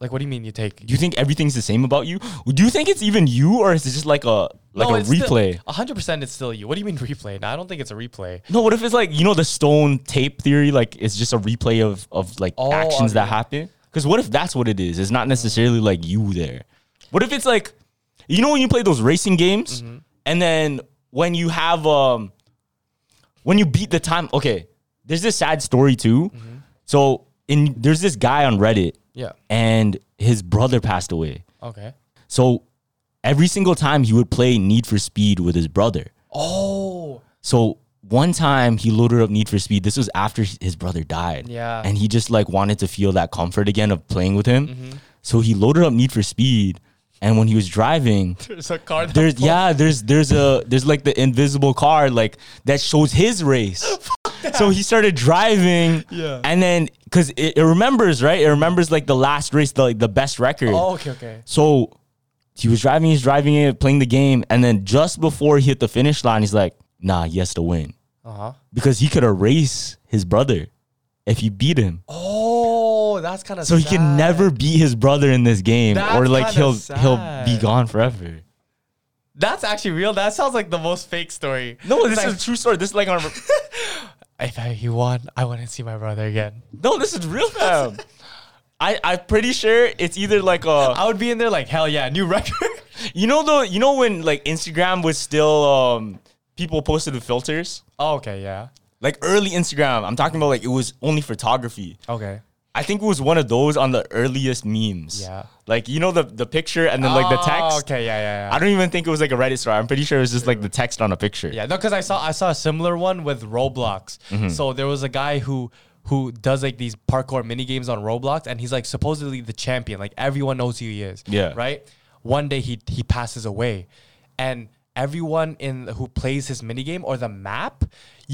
[SPEAKER 1] Like, what do you mean you take?
[SPEAKER 2] Do you think everything's the same about you? Do you think it's even you, or is it just like a like a replay?
[SPEAKER 1] hundred percent, it's still you. What do you mean replay? No, I don't think it's a replay.
[SPEAKER 2] no, what if it's like you know the stone tape theory? Like it's just a replay of of like
[SPEAKER 1] Oh,
[SPEAKER 2] actions that
[SPEAKER 1] okay.
[SPEAKER 2] happen. Because what if that's what it is? It's not necessarily like you there. What if it's like
[SPEAKER 1] Mm-hmm.
[SPEAKER 2] you know when you play those racing games, and then when you have um when you beat the time, okay, there's this sad story too.
[SPEAKER 1] Mm-hmm.
[SPEAKER 2] So in there's this guy on Reddit,
[SPEAKER 1] Yeah.
[SPEAKER 2] and his brother passed away.
[SPEAKER 1] Okay.
[SPEAKER 2] So every single time he would play Need for Speed with his brother.
[SPEAKER 1] Oh.
[SPEAKER 2] So one time he loaded up Need for Speed. This was after h- his brother died.
[SPEAKER 1] Yeah.
[SPEAKER 2] And he just like wanted to feel that comfort again of playing with him.
[SPEAKER 1] Mm-hmm.
[SPEAKER 2] So he loaded up Need for Speed. And when he was driving,
[SPEAKER 1] [laughs] There's a car. That
[SPEAKER 2] there's yeah, there's there's a there's like the invisible car like that shows his
[SPEAKER 1] [laughs]
[SPEAKER 2] race. So he started driving,
[SPEAKER 1] Yeah.
[SPEAKER 2] and then because it, it remembers, right? It remembers like the last race, the like the best record.
[SPEAKER 1] Oh, okay, okay.
[SPEAKER 2] So he was driving, he's driving it, playing the game, and then just before he hit the finish line, he's like, "Nah, he has to win,"
[SPEAKER 1] Uh-huh.
[SPEAKER 2] because he could erase his brother if he beat him.
[SPEAKER 1] Oh, that's kind of
[SPEAKER 2] so he can never beat his brother in this game,
[SPEAKER 1] That's
[SPEAKER 2] or like
[SPEAKER 1] kinda
[SPEAKER 2] he'll he'll
[SPEAKER 1] sad.
[SPEAKER 2] be gone forever.
[SPEAKER 1] That's actually real. That sounds like the most fake story.
[SPEAKER 2] No,
[SPEAKER 1] It's
[SPEAKER 2] this
[SPEAKER 1] like,
[SPEAKER 2] is a true story. This is like on.
[SPEAKER 1] If I, he won, I wouldn't see my brother again.
[SPEAKER 2] No, this is [laughs] real, fam. I I'm pretty sure it's either like a
[SPEAKER 1] I would be in there like, hell yeah, new record.
[SPEAKER 2] [laughs] you know the you know when like Instagram was still um people posted the filters
[SPEAKER 1] oh, okay, yeah.
[SPEAKER 2] like early Instagram. I'm talking about like it was only photography.
[SPEAKER 1] Okay.
[SPEAKER 2] I think it was one of those on the earliest memes.
[SPEAKER 1] Yeah.
[SPEAKER 2] like you know the the picture and then like the
[SPEAKER 1] Oh,
[SPEAKER 2] text.
[SPEAKER 1] okay, yeah, yeah, yeah.
[SPEAKER 2] I don't even think it was like a Reddit story. I'm pretty sure it was just like the text on a picture.
[SPEAKER 1] Yeah, no, because I saw I saw a similar one with Roblox.
[SPEAKER 2] Mm-hmm.
[SPEAKER 1] So there was a guy who who does like these parkour mini games on Roblox, and he's like supposedly the champion. Like everyone knows who he is.
[SPEAKER 2] Yeah.
[SPEAKER 1] Right. One day he he passes away, and everyone in who plays his mini game or the map,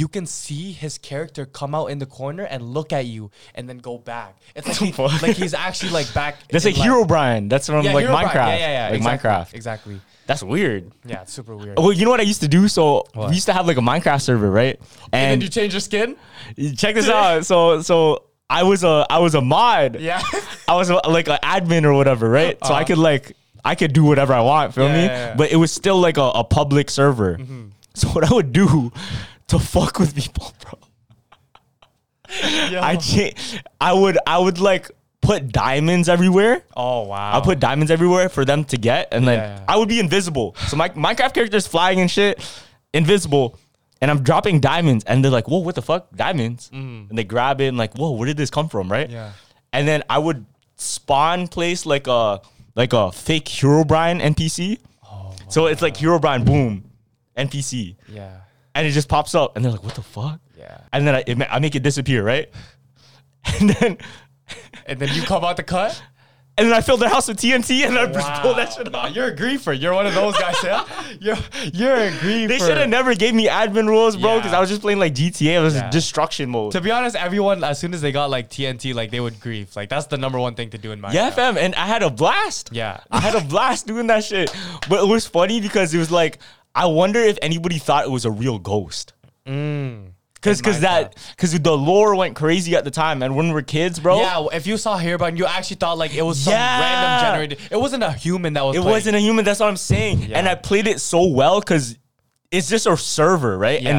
[SPEAKER 1] you can see his character come out in the corner and look at you, and then go back. It's like,
[SPEAKER 2] [laughs]
[SPEAKER 1] he-
[SPEAKER 2] What?
[SPEAKER 1] like he's actually like back.
[SPEAKER 2] [laughs] That's
[SPEAKER 1] in,
[SPEAKER 2] like Hero Brian. That's from
[SPEAKER 1] Yeah,
[SPEAKER 2] like
[SPEAKER 1] Hero Brian.
[SPEAKER 2] Minecraft.
[SPEAKER 1] Yeah, yeah, yeah.
[SPEAKER 2] Like
[SPEAKER 1] exactly,
[SPEAKER 2] Minecraft. Oh,
[SPEAKER 1] Exactly.
[SPEAKER 2] That's weird.
[SPEAKER 1] Yeah, it's super weird.
[SPEAKER 2] Well, you know what I used to do? So
[SPEAKER 1] What?
[SPEAKER 2] we used to have like a Minecraft server, right?
[SPEAKER 1] and then you change your
[SPEAKER 2] [laughs]
[SPEAKER 1] skin.
[SPEAKER 2] check this out. So so I was a I was a mod.
[SPEAKER 1] Yeah.
[SPEAKER 2] I was a, like an admin or whatever, right? So I could like I could do whatever I want, feel
[SPEAKER 1] Uh-huh. Yeah,
[SPEAKER 2] me?
[SPEAKER 1] yeah, yeah. Mm-hmm.
[SPEAKER 2] But it was still like a, a public server. So what I would do to fuck with people, [laughs] bro. I cha- I would I would like put diamonds everywhere.
[SPEAKER 1] Oh wow.
[SPEAKER 2] I put diamonds everywhere for them to get, and then
[SPEAKER 1] Yeah.
[SPEAKER 2] I would be invisible. So my Minecraft character's flying and shit, invisible, and I'm dropping diamonds, and they're like, "Whoa, what the fuck, diamonds?" And they grab it and like, "Whoa, where did this come from?" Right?
[SPEAKER 1] Mm. Yeah.
[SPEAKER 2] And then I would spawn place like a like a fake Herobrine NPC.
[SPEAKER 1] Oh
[SPEAKER 2] so it's like Herobrine, boom, NPC,
[SPEAKER 1] Yeah.
[SPEAKER 2] and it just pops up, and they're like, "What the fuck?"
[SPEAKER 1] Yeah.
[SPEAKER 2] And then I, it, ma- I make it disappear, right? [laughs] And then
[SPEAKER 1] And then you come out the cut?
[SPEAKER 2] and then I fill their house with TNT, and I just pull that shit off.
[SPEAKER 1] Nah, you're a griefer. You're one of those guys, yeah? You're, you're a griefer.
[SPEAKER 2] [laughs] They should have never gave me admin rules, bro, because
[SPEAKER 1] Yeah.
[SPEAKER 2] I was just playing like GTA. It was
[SPEAKER 1] Yeah.
[SPEAKER 2] destruction
[SPEAKER 1] [laughs]
[SPEAKER 2] mode.
[SPEAKER 1] To be honest, everyone, as soon as they got like TNT, like they would grieve. Like that's the number one thing to do in my
[SPEAKER 2] yeah, fam, and I had a blast.
[SPEAKER 1] Yeah.
[SPEAKER 2] I
[SPEAKER 1] [laughs]
[SPEAKER 2] had a blast doing that shit. But it was funny because it was like, I wonder if anybody thought it was a real ghost.
[SPEAKER 1] Mm.
[SPEAKER 2] Because because that because the lore went crazy at the time, and when we were kids, bro,
[SPEAKER 1] Yeah, if you saw Hairbun, you actually thought like it was some
[SPEAKER 2] Yeah.
[SPEAKER 1] random generated. It wasn't a human that was.
[SPEAKER 2] it
[SPEAKER 1] playing.
[SPEAKER 2] wasn't a human. That's what I'm saying. And I played it so well because it's just a server, right? And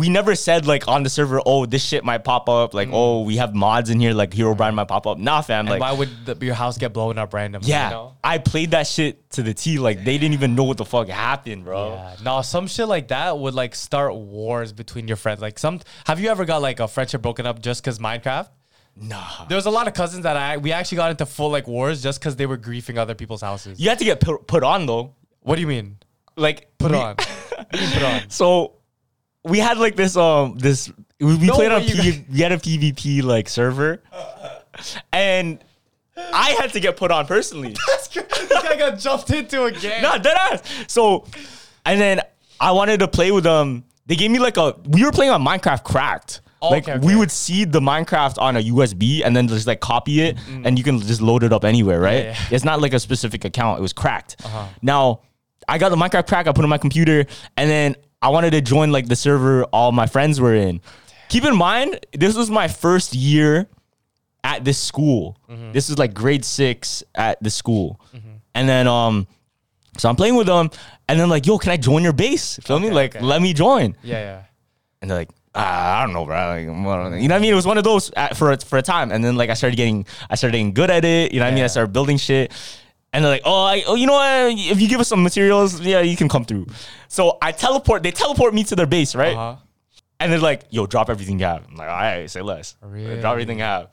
[SPEAKER 2] we never said like on the server, oh, this shit might pop up. Like, oh, we have mods in here. Like, Hero Brian might pop up. Nah, fam.
[SPEAKER 1] Mm. And
[SPEAKER 2] like,
[SPEAKER 1] why would the, your house get blown up randomly? you
[SPEAKER 2] Yeah,
[SPEAKER 1] know?
[SPEAKER 2] I played that shit to the T. Like they didn't even know what the fuck happened, bro.
[SPEAKER 1] Yeah. No, some shit like that would like start wars between your friends. Like some have you ever got like a friendship broken up just cause Minecraft? Nah. There was a lot of cousins that I we actually got into full like wars just cause they were griefing other people's houses.
[SPEAKER 2] You had to get put, put on though.
[SPEAKER 1] What do you mean?
[SPEAKER 2] Like
[SPEAKER 1] Put
[SPEAKER 2] we-
[SPEAKER 1] on. What do you mean put [laughs] on.
[SPEAKER 2] So we had like this um this we, we
[SPEAKER 1] No
[SPEAKER 2] played
[SPEAKER 1] way
[SPEAKER 2] on
[SPEAKER 1] you
[SPEAKER 2] P, we had a PvP like server, and I had to get put
[SPEAKER 1] [laughs]
[SPEAKER 2] on personally.
[SPEAKER 1] this guy got jumped into a game.
[SPEAKER 2] Nah, dead ass. So, and then I wanted to play with them. They gave me like a. We were playing on Minecraft Cracked.
[SPEAKER 1] Oh,
[SPEAKER 2] like
[SPEAKER 1] okay,
[SPEAKER 2] we
[SPEAKER 1] okay.
[SPEAKER 2] would seed the Minecraft on a USB and then just like copy it, and you can just load it up anywhere, right?
[SPEAKER 1] Mm-hmm. yeah. Uh-huh.
[SPEAKER 2] It's not like a specific account. It was cracked. Now, I got the Minecraft crack. I put it on my computer, and then I wanted to join like the server all my friends were in. Keep in mind, this was my first year at this school.
[SPEAKER 1] Mm-hmm.
[SPEAKER 2] This is like grade six at the school. And then um so I'm playing with them and then like, yo, can I join your base? Feel me? Like, let me join.
[SPEAKER 1] Yeah, yeah.
[SPEAKER 2] And they're like, ah, I don't know, bro. Like, I'm not- you know what I mean? It was one of those at, for a- for a time. And then like I started getting I started getting good at it. You know what I mean? I started building shit. And they're like, oh, I, oh, you know what? If you give us some materials, yeah, you can come through. So I teleport. They teleport me to their base, right?
[SPEAKER 1] Uh-huh.
[SPEAKER 2] And they're like, yo, drop everything you have. I'm like, all right, say less. Drop everything you have.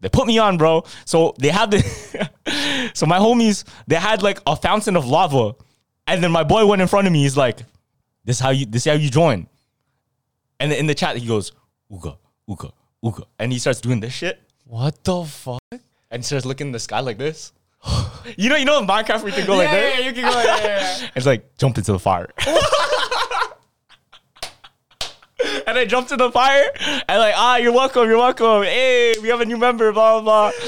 [SPEAKER 2] They put me on, bro. So they had the [laughs] so my homies, they had like a fountain of lava. And then my boy went in front of me. He's like, This how you this is how you join. And in the chat, he goes, Ooga, Ooga, Ooga. And he starts doing this shit.
[SPEAKER 1] What the fuck?
[SPEAKER 2] And starts looking in the sky
[SPEAKER 1] [sighs]
[SPEAKER 2] like this. you know, you know in Minecraft we can go like
[SPEAKER 1] yeah,
[SPEAKER 2] this.
[SPEAKER 1] yeah, you can go. Yeah, yeah, yeah.
[SPEAKER 2] It's like jump into
[SPEAKER 1] [laughs]
[SPEAKER 2] the fire. and I jumped in the fire and like, ah, you're welcome, you're welcome. Hey, we have a new member, blah blah blah.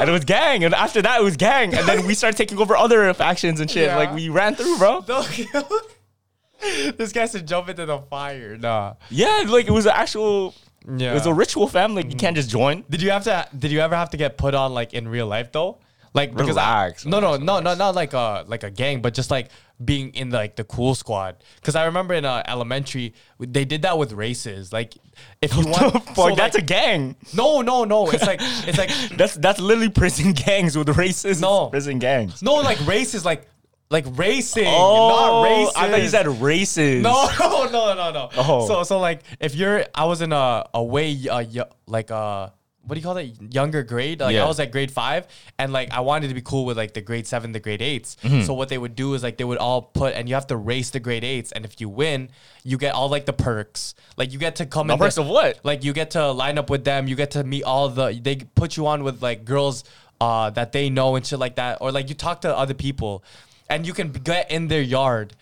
[SPEAKER 2] And it was gang. And after that it was gang. And then we started taking over other factions and shit.
[SPEAKER 1] Yeah.
[SPEAKER 2] Like we ran through, bro.
[SPEAKER 1] [laughs] this guy said jump into the fire. Nah.
[SPEAKER 2] Yeah, like it was an actual
[SPEAKER 1] Yeah.
[SPEAKER 2] it was a ritual fam. Like you can't just join.
[SPEAKER 1] Did you have to? Did you ever have to get put on like in real life though? Like because
[SPEAKER 2] Relax,
[SPEAKER 1] I, no, no, no, no, not like a like a gang, but just like being in like the cool squad. Because I remember in uh, elementary they did that with races. Like if you want,
[SPEAKER 2] [laughs] Fuck, that's a gang.
[SPEAKER 1] a no, no, no. It's like it's like
[SPEAKER 2] [laughs] That's that's literally prison [laughs] gangs with races.
[SPEAKER 1] No.
[SPEAKER 2] Prison gangs. Oh,
[SPEAKER 1] no, like races, like like racing, not races.
[SPEAKER 2] I thought you said races.
[SPEAKER 1] No, [laughs] no, no, no, no.
[SPEAKER 2] Oh.
[SPEAKER 1] So, so like, if you're, I was in a a way, uh, yo- like uh what do you call that? Younger grade. Like
[SPEAKER 2] Yeah.
[SPEAKER 1] I was at grade five, and like I wanted to be cool with like the grade seven, the grade 8s
[SPEAKER 2] Mm-hmm.
[SPEAKER 1] So what they would do is like they would all put, and you have to race the grade eights, and if you win, you get all like the perks. Like you get to come
[SPEAKER 2] The
[SPEAKER 1] in the-
[SPEAKER 2] perks of what?
[SPEAKER 1] Like you get to line up with them. You get to meet all the. They put you on with like girls uh, that they know and shit like that, or like you talk to other people, and you can get in their yard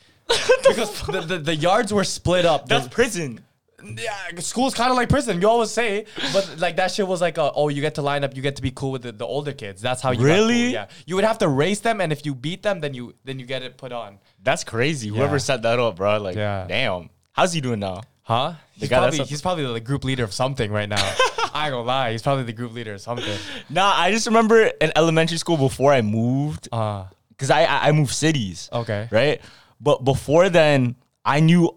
[SPEAKER 1] because [laughs] the, the, the yards were split up.
[SPEAKER 2] That's
[SPEAKER 1] [laughs] The,
[SPEAKER 2] prison.
[SPEAKER 1] yeah, school's kind of like prison. You always say, but like that shit was like, uh, oh, you get to line up, you get to be cool with the, the older kids. That's how you got cool,
[SPEAKER 2] Really?
[SPEAKER 1] Yeah, you would have to race them, and if you beat them, then you then you get it put on.
[SPEAKER 2] That's crazy. Whoever set that up, bro. Like,
[SPEAKER 1] Yeah.
[SPEAKER 2] damn. How's he doing now?
[SPEAKER 1] Huh? He's,
[SPEAKER 2] guy that's
[SPEAKER 1] probably,
[SPEAKER 2] up-
[SPEAKER 1] he's probably the group leader of something right now. [laughs] I ain't gonna lie, he's probably the group leader of something.
[SPEAKER 2] Nah, I just remember in elementary school before I moved,
[SPEAKER 1] Uh,
[SPEAKER 2] because I, I I moved cities.
[SPEAKER 1] Okay.
[SPEAKER 2] Right. But before then, I knew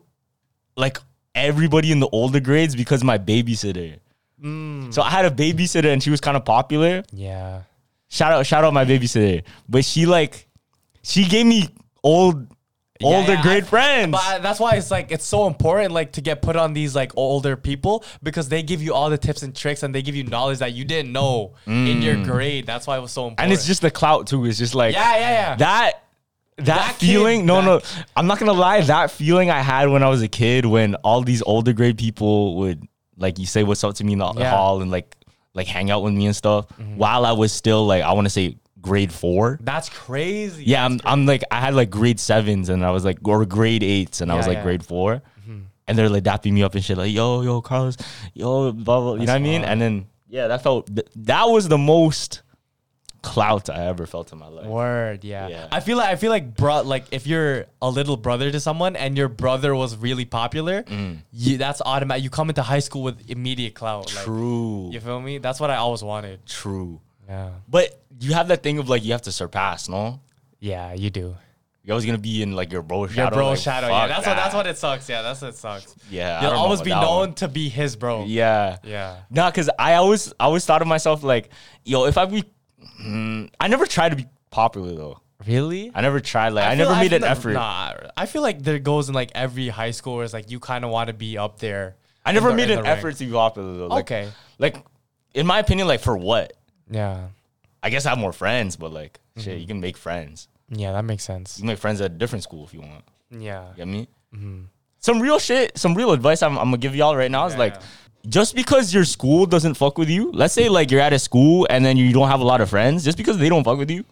[SPEAKER 2] like everybody in the older grades because my babysitter.
[SPEAKER 1] Mm.
[SPEAKER 2] So I had a babysitter and she was kind of popular.
[SPEAKER 1] yeah.
[SPEAKER 2] Shout out, shout out my babysitter. But she like, she gave me old, older
[SPEAKER 1] yeah,
[SPEAKER 2] grade
[SPEAKER 1] I-
[SPEAKER 2] friends.
[SPEAKER 1] But I- that's why it's like it's so important like to get put on these like older people because they give you all the tips and tricks and they give you knowledge that you didn't know in your grade. That's why it was so important.
[SPEAKER 2] Mm. and it's just the clout too. It's just like
[SPEAKER 1] Yeah, yeah, yeah.
[SPEAKER 2] That that,
[SPEAKER 1] That kid-
[SPEAKER 2] feeling. no,
[SPEAKER 1] that
[SPEAKER 2] no. I'm not gonna lie. That feeling I had when I was a kid, when all these older grade people would like you say what's up to me in the
[SPEAKER 1] Yeah. Mm-hmm.
[SPEAKER 2] hall and like like hang out with me and stuff. While I was still like I want to say grade four.
[SPEAKER 1] that's crazy.
[SPEAKER 2] Yeah, I'm, I'm like I had like grade sevens and I was like or grade eights and I
[SPEAKER 1] Yeah,
[SPEAKER 2] was like
[SPEAKER 1] yeah. Mm-hmm.
[SPEAKER 2] grade 4 and they're like dapping me up and shit like yo yo Carlos yo blah blah you know what I mean and then yeah that felt th- that was the most clout I ever felt in my life.
[SPEAKER 1] Word, yeah.
[SPEAKER 2] Yeah.
[SPEAKER 1] I feel like I feel like bro, like if you're a little brother to someone and your brother was really popular,
[SPEAKER 2] Mm.
[SPEAKER 1] you, that's automatic. You come into high school with immediate clout. like,
[SPEAKER 2] True,
[SPEAKER 1] you feel me? That's what I always wanted.
[SPEAKER 2] true.
[SPEAKER 1] Yeah,
[SPEAKER 2] But you have that thing of like you have to surpass, no?
[SPEAKER 1] yeah, you do.
[SPEAKER 2] You're always gonna be in like your bro shadow.
[SPEAKER 1] Your bro
[SPEAKER 2] like,
[SPEAKER 1] shadow.
[SPEAKER 2] fuck
[SPEAKER 1] Yeah, that's what
[SPEAKER 2] that.
[SPEAKER 1] that's what it sucks. Yeah, that's what it sucks.
[SPEAKER 2] Yeah, I
[SPEAKER 1] you'll
[SPEAKER 2] don't know
[SPEAKER 1] always
[SPEAKER 2] about
[SPEAKER 1] be
[SPEAKER 2] that
[SPEAKER 1] known
[SPEAKER 2] one.
[SPEAKER 1] to be his bro.
[SPEAKER 2] Yeah,
[SPEAKER 1] yeah.
[SPEAKER 2] Nah, cause I always I always thought of myself like, yo, if I be, Mm, I never tried to be popular though.
[SPEAKER 1] Really?
[SPEAKER 2] I never tried. Like I, never made an effort.
[SPEAKER 1] Nah, I feel like there goes in like every high school is like you kind of want to be up there.
[SPEAKER 2] I
[SPEAKER 1] in
[SPEAKER 2] never
[SPEAKER 1] the- in
[SPEAKER 2] made
[SPEAKER 1] the
[SPEAKER 2] an
[SPEAKER 1] ranks.
[SPEAKER 2] effort to be popular though. Like,
[SPEAKER 1] Okay.
[SPEAKER 2] Like, in my opinion, like for what?
[SPEAKER 1] Yeah,
[SPEAKER 2] I guess I have more friends, but like,
[SPEAKER 1] Mm-hmm.
[SPEAKER 2] shit, you can make friends.
[SPEAKER 1] yeah, that makes sense.
[SPEAKER 2] You can make friends at a different school if you want.
[SPEAKER 1] Yeah,
[SPEAKER 2] You get me? Some real shit, some real advice I'm, I'm gonna give y'all right now is like, just because your school doesn't fuck with you, let's say like you're at a school and then you don't have a lot of friends, just because they don't fuck with you,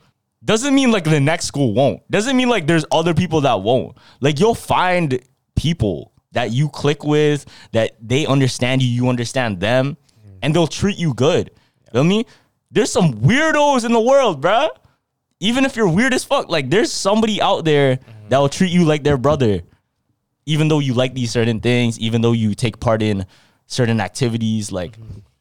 [SPEAKER 2] doesn't mean like the next school won't. Doesn't mean like there's other people that won't. Like you'll find people that you click with, that they understand you, you understand them, and they'll treat you good. Feel me? There's some weirdos in the world, bruh even if you're weird as fuck, like there's somebody out there that will treat you like their brother, even though you like these certain things, even though you take part in certain activities. Like,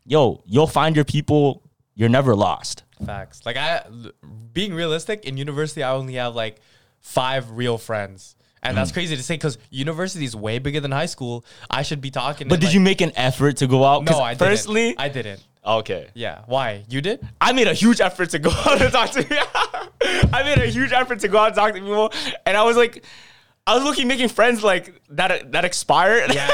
[SPEAKER 2] yo, you'll find your people. You're never lost.
[SPEAKER 1] facts. Like I, l- being realistic in university, I only have like five real friends, and
[SPEAKER 2] Mm.
[SPEAKER 1] that's crazy to say because university is way bigger than high school. I should be talking.
[SPEAKER 2] But
[SPEAKER 1] and,
[SPEAKER 2] did
[SPEAKER 1] like-
[SPEAKER 2] you make an effort to go out? 'Cause
[SPEAKER 1] No, I
[SPEAKER 2] personally,
[SPEAKER 1] didn't.
[SPEAKER 2] Oh,
[SPEAKER 1] I didn't.
[SPEAKER 2] okay,
[SPEAKER 1] Yeah. Why?
[SPEAKER 2] [laughs]
[SPEAKER 1] You did?
[SPEAKER 2] I made a huge effort to go [laughs] out and talk to people. [laughs] I made a huge effort to go out and talk to people, and [laughs] I was like, I was looking making friends like that that expired.
[SPEAKER 1] Yeah.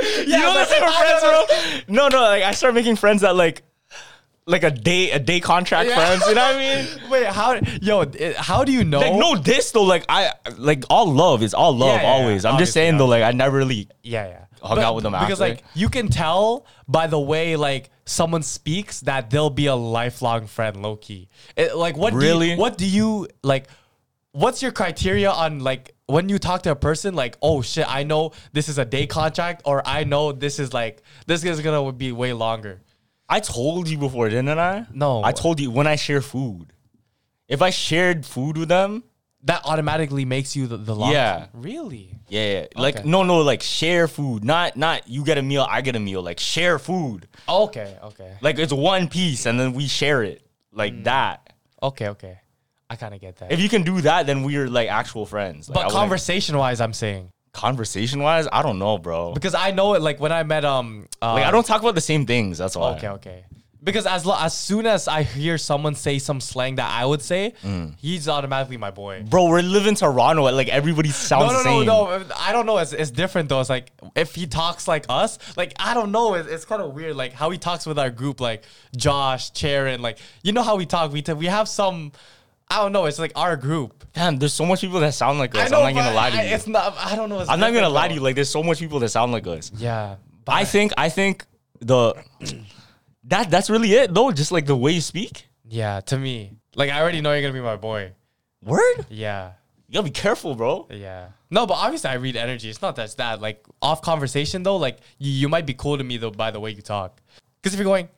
[SPEAKER 2] you know
[SPEAKER 1] [laughs]
[SPEAKER 2] the type of friends, bro. No, no, like I started making friends that like, like a day, a day contract friends. You know what I
[SPEAKER 1] [laughs]
[SPEAKER 2] mean?
[SPEAKER 1] Wait, how? Yo, it- how do you know?
[SPEAKER 2] Like no diss though. Like I, like all love is all love
[SPEAKER 1] Yeah, yeah,
[SPEAKER 2] always.
[SPEAKER 1] yeah.
[SPEAKER 2] I'm just
[SPEAKER 1] Obviously,
[SPEAKER 2] saying though, like I never really.
[SPEAKER 1] Yeah, yeah.
[SPEAKER 2] Hung out with them
[SPEAKER 1] because
[SPEAKER 2] after.
[SPEAKER 1] like you can tell by the way like someone speaks that they'll be a lifelong friend, low key. It, like what? Do
[SPEAKER 2] Really?
[SPEAKER 1] you, what do you like? What's your criteria on like when you talk to a person? Like, oh shit, I know this is a day contract, or I know this is like this is gonna be way longer.
[SPEAKER 2] I told you before, didn't I?
[SPEAKER 1] No.
[SPEAKER 2] I told you when I share food. If I shared food with them,
[SPEAKER 1] That automatically makes you the, the long.
[SPEAKER 2] Yeah.
[SPEAKER 1] Really?
[SPEAKER 2] yeah, yeah. like
[SPEAKER 1] Okay.
[SPEAKER 2] no, no, like share food, not not you get a meal, I get a meal. Like share food,
[SPEAKER 1] Okay. Okay.
[SPEAKER 2] like it's one piece, and then we share it like
[SPEAKER 1] Mm.
[SPEAKER 2] that.
[SPEAKER 1] Okay. Okay. I kind of get that.
[SPEAKER 2] If you can do that, then we are like actual friends. Like, I
[SPEAKER 1] but
[SPEAKER 2] wouldn't-
[SPEAKER 1] conversation wise, I'm saying
[SPEAKER 2] conversation wise, I don't know, bro.
[SPEAKER 1] because I know it. Like when I met um, uh,
[SPEAKER 2] like I don't talk about the same things. That's why.
[SPEAKER 1] Okay, okay. Because as lo- as soon as I hear someone say some slang that I would say, he's automatically my boy.
[SPEAKER 2] Bro, we're living Toronto. Like everybody sounds
[SPEAKER 1] No, no,
[SPEAKER 2] the same.
[SPEAKER 1] no, no. I don't know. It's, it's different though. It's like if he talks like us, like I don't know. It's, it's kind of weird. Like how he talks with our group, like Josh, Sharon, like you know how we talk. We t- we have some. I don't know. It's like our group.
[SPEAKER 2] Damn, there's so much people that sound like us.
[SPEAKER 1] I know,
[SPEAKER 2] I'm not gonna
[SPEAKER 1] but
[SPEAKER 2] lie to you.
[SPEAKER 1] I- It's not. I don't know. It's
[SPEAKER 2] I'm not gonna
[SPEAKER 1] different,
[SPEAKER 2] lie
[SPEAKER 1] though.
[SPEAKER 2] to you. Like, there's so much people that sound like us.
[SPEAKER 1] Yeah.
[SPEAKER 2] I think, I think the that that's really it though. Just like the way you speak.
[SPEAKER 1] Yeah. To me, like I already know you're gonna be my boy.
[SPEAKER 2] Word.
[SPEAKER 1] Yeah.
[SPEAKER 2] You gotta be careful, bro.
[SPEAKER 1] Yeah. No, but obviously I read energy. It's not that's that. Like off conversation though, like you, you might be cool to me though by the way you talk. Because if you're going,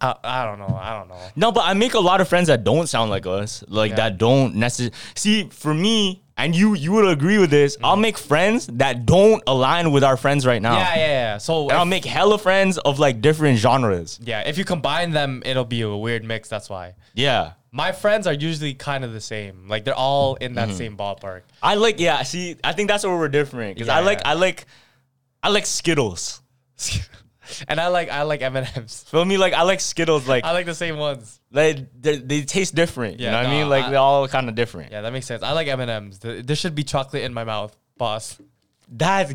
[SPEAKER 1] I, I don't know, I don't know.
[SPEAKER 2] No, but I make a lot of friends that don't sound like us. Like that don't necessarily see for me. And you, you would agree with this.
[SPEAKER 1] Mm.
[SPEAKER 2] I'll make friends that don't align with our friends right now.
[SPEAKER 1] Yeah, yeah, yeah. So
[SPEAKER 2] And I'll
[SPEAKER 1] if,
[SPEAKER 2] make hella friends of like different genres.
[SPEAKER 1] yeah, if you combine them, it'll be a weird mix. That's why
[SPEAKER 2] Yeah.
[SPEAKER 1] my friends are usually kind of the same. Like they're all in
[SPEAKER 2] Mm-hmm.
[SPEAKER 1] that same ballpark. [laughs]
[SPEAKER 2] I like, yeah, see, I think that's where we're different. Cause I
[SPEAKER 1] Yeah.
[SPEAKER 2] like, I like, I like Skittles.
[SPEAKER 1] and I like I like M and M's.
[SPEAKER 2] Feel me? Like, I like Skittles.
[SPEAKER 1] [laughs]
[SPEAKER 2] Like,
[SPEAKER 1] I like the same ones.
[SPEAKER 2] like they, they taste different. you
[SPEAKER 1] Yeah,
[SPEAKER 2] know what I mean?
[SPEAKER 1] nah,
[SPEAKER 2] Like
[SPEAKER 1] I-
[SPEAKER 2] they're all kind of different.
[SPEAKER 1] Yeah, that makes sense. I like M and M's. Th- There should be chocolate in my mouth, boss.
[SPEAKER 2] That's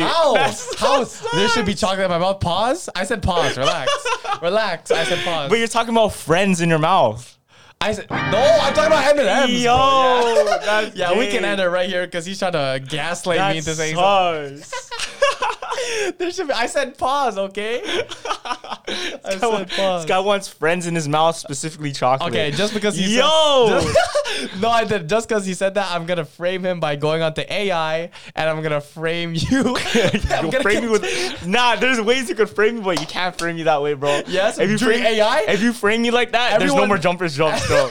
[SPEAKER 1] [laughs] How?
[SPEAKER 2] [laughs] That's
[SPEAKER 1] How?
[SPEAKER 2] so
[SPEAKER 1] There should be
[SPEAKER 2] sus.
[SPEAKER 1] chocolate in my mouth. Pause. I said pause. Relax. Relax. I said pause.
[SPEAKER 2] But you're talking about friends in your mouth.
[SPEAKER 1] I said no. I'm talking about M and M's.
[SPEAKER 2] Yo, [laughs]
[SPEAKER 1] yeah,
[SPEAKER 2] that's
[SPEAKER 1] Yeah, we can
[SPEAKER 2] gay.
[SPEAKER 1] end it right here because he's trying to gaslight me
[SPEAKER 2] That
[SPEAKER 1] into saying something. [laughs]
[SPEAKER 2] sucks.
[SPEAKER 1] There should be. I said pause.
[SPEAKER 2] [laughs]
[SPEAKER 1] Okay. I
[SPEAKER 2] This guy wa-
[SPEAKER 1] said pause.
[SPEAKER 2] [laughs] This guy wants friends in his mouth, specifically chocolate.
[SPEAKER 1] Okay, just because he said-
[SPEAKER 2] yo,
[SPEAKER 1] no, I did. Just because he said that, I'm gonna frame him by going onto AI, and I'm gonna frame [laughs] you.
[SPEAKER 2] [laughs]
[SPEAKER 1] I'm
[SPEAKER 2] you
[SPEAKER 1] gonna
[SPEAKER 2] frame me
[SPEAKER 1] continue-
[SPEAKER 2] with [laughs] nah. There's ways you could frame me, but you can't frame me that way, bro.
[SPEAKER 1] Yes,
[SPEAKER 2] if you
[SPEAKER 1] during
[SPEAKER 2] frame
[SPEAKER 1] AI?
[SPEAKER 2] if you frame me like that, there's no
[SPEAKER 1] Everyone-
[SPEAKER 2] more
[SPEAKER 1] [laughs]
[SPEAKER 2] jumpers jumps, bro.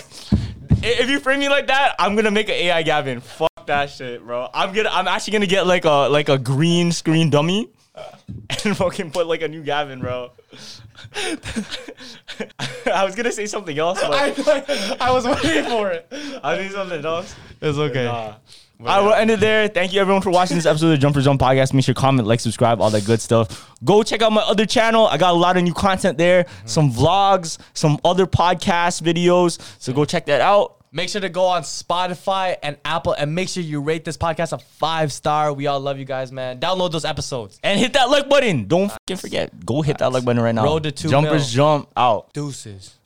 [SPEAKER 2] I- if you frame me like that, I'm gonna make an AI Gavin. Fuck that shit, bro. I'm gonna I'm actually gonna get like a like a green screen dummy. [laughs] And fucking put like a new Gavin, bro. [laughs] I was gonna say something else, but
[SPEAKER 1] [laughs]
[SPEAKER 2] I,
[SPEAKER 1] I, I was waiting for
[SPEAKER 2] [laughs]
[SPEAKER 1] it.
[SPEAKER 2] was need something else.
[SPEAKER 1] It's okay.
[SPEAKER 2] Nah. I will end it there. Thank you everyone for watching this episode of the Jumper Jump Podcast. Make sure to comment, like, subscribe, all that good stuff. Go check out my other channel. I got a lot of new content there, some vlogs, some other podcast videos. So go check that out.
[SPEAKER 1] [laughs] Make sure to go on Spotify and Apple and make sure you rate this podcast a five star. We all love you guys, man. Download those episodes.
[SPEAKER 2] And hit that like button. Don't fucking forget. Go hit that like button right now.
[SPEAKER 1] Road to two
[SPEAKER 2] Jumpers
[SPEAKER 1] mil.
[SPEAKER 2] jump out.
[SPEAKER 1] Deuces.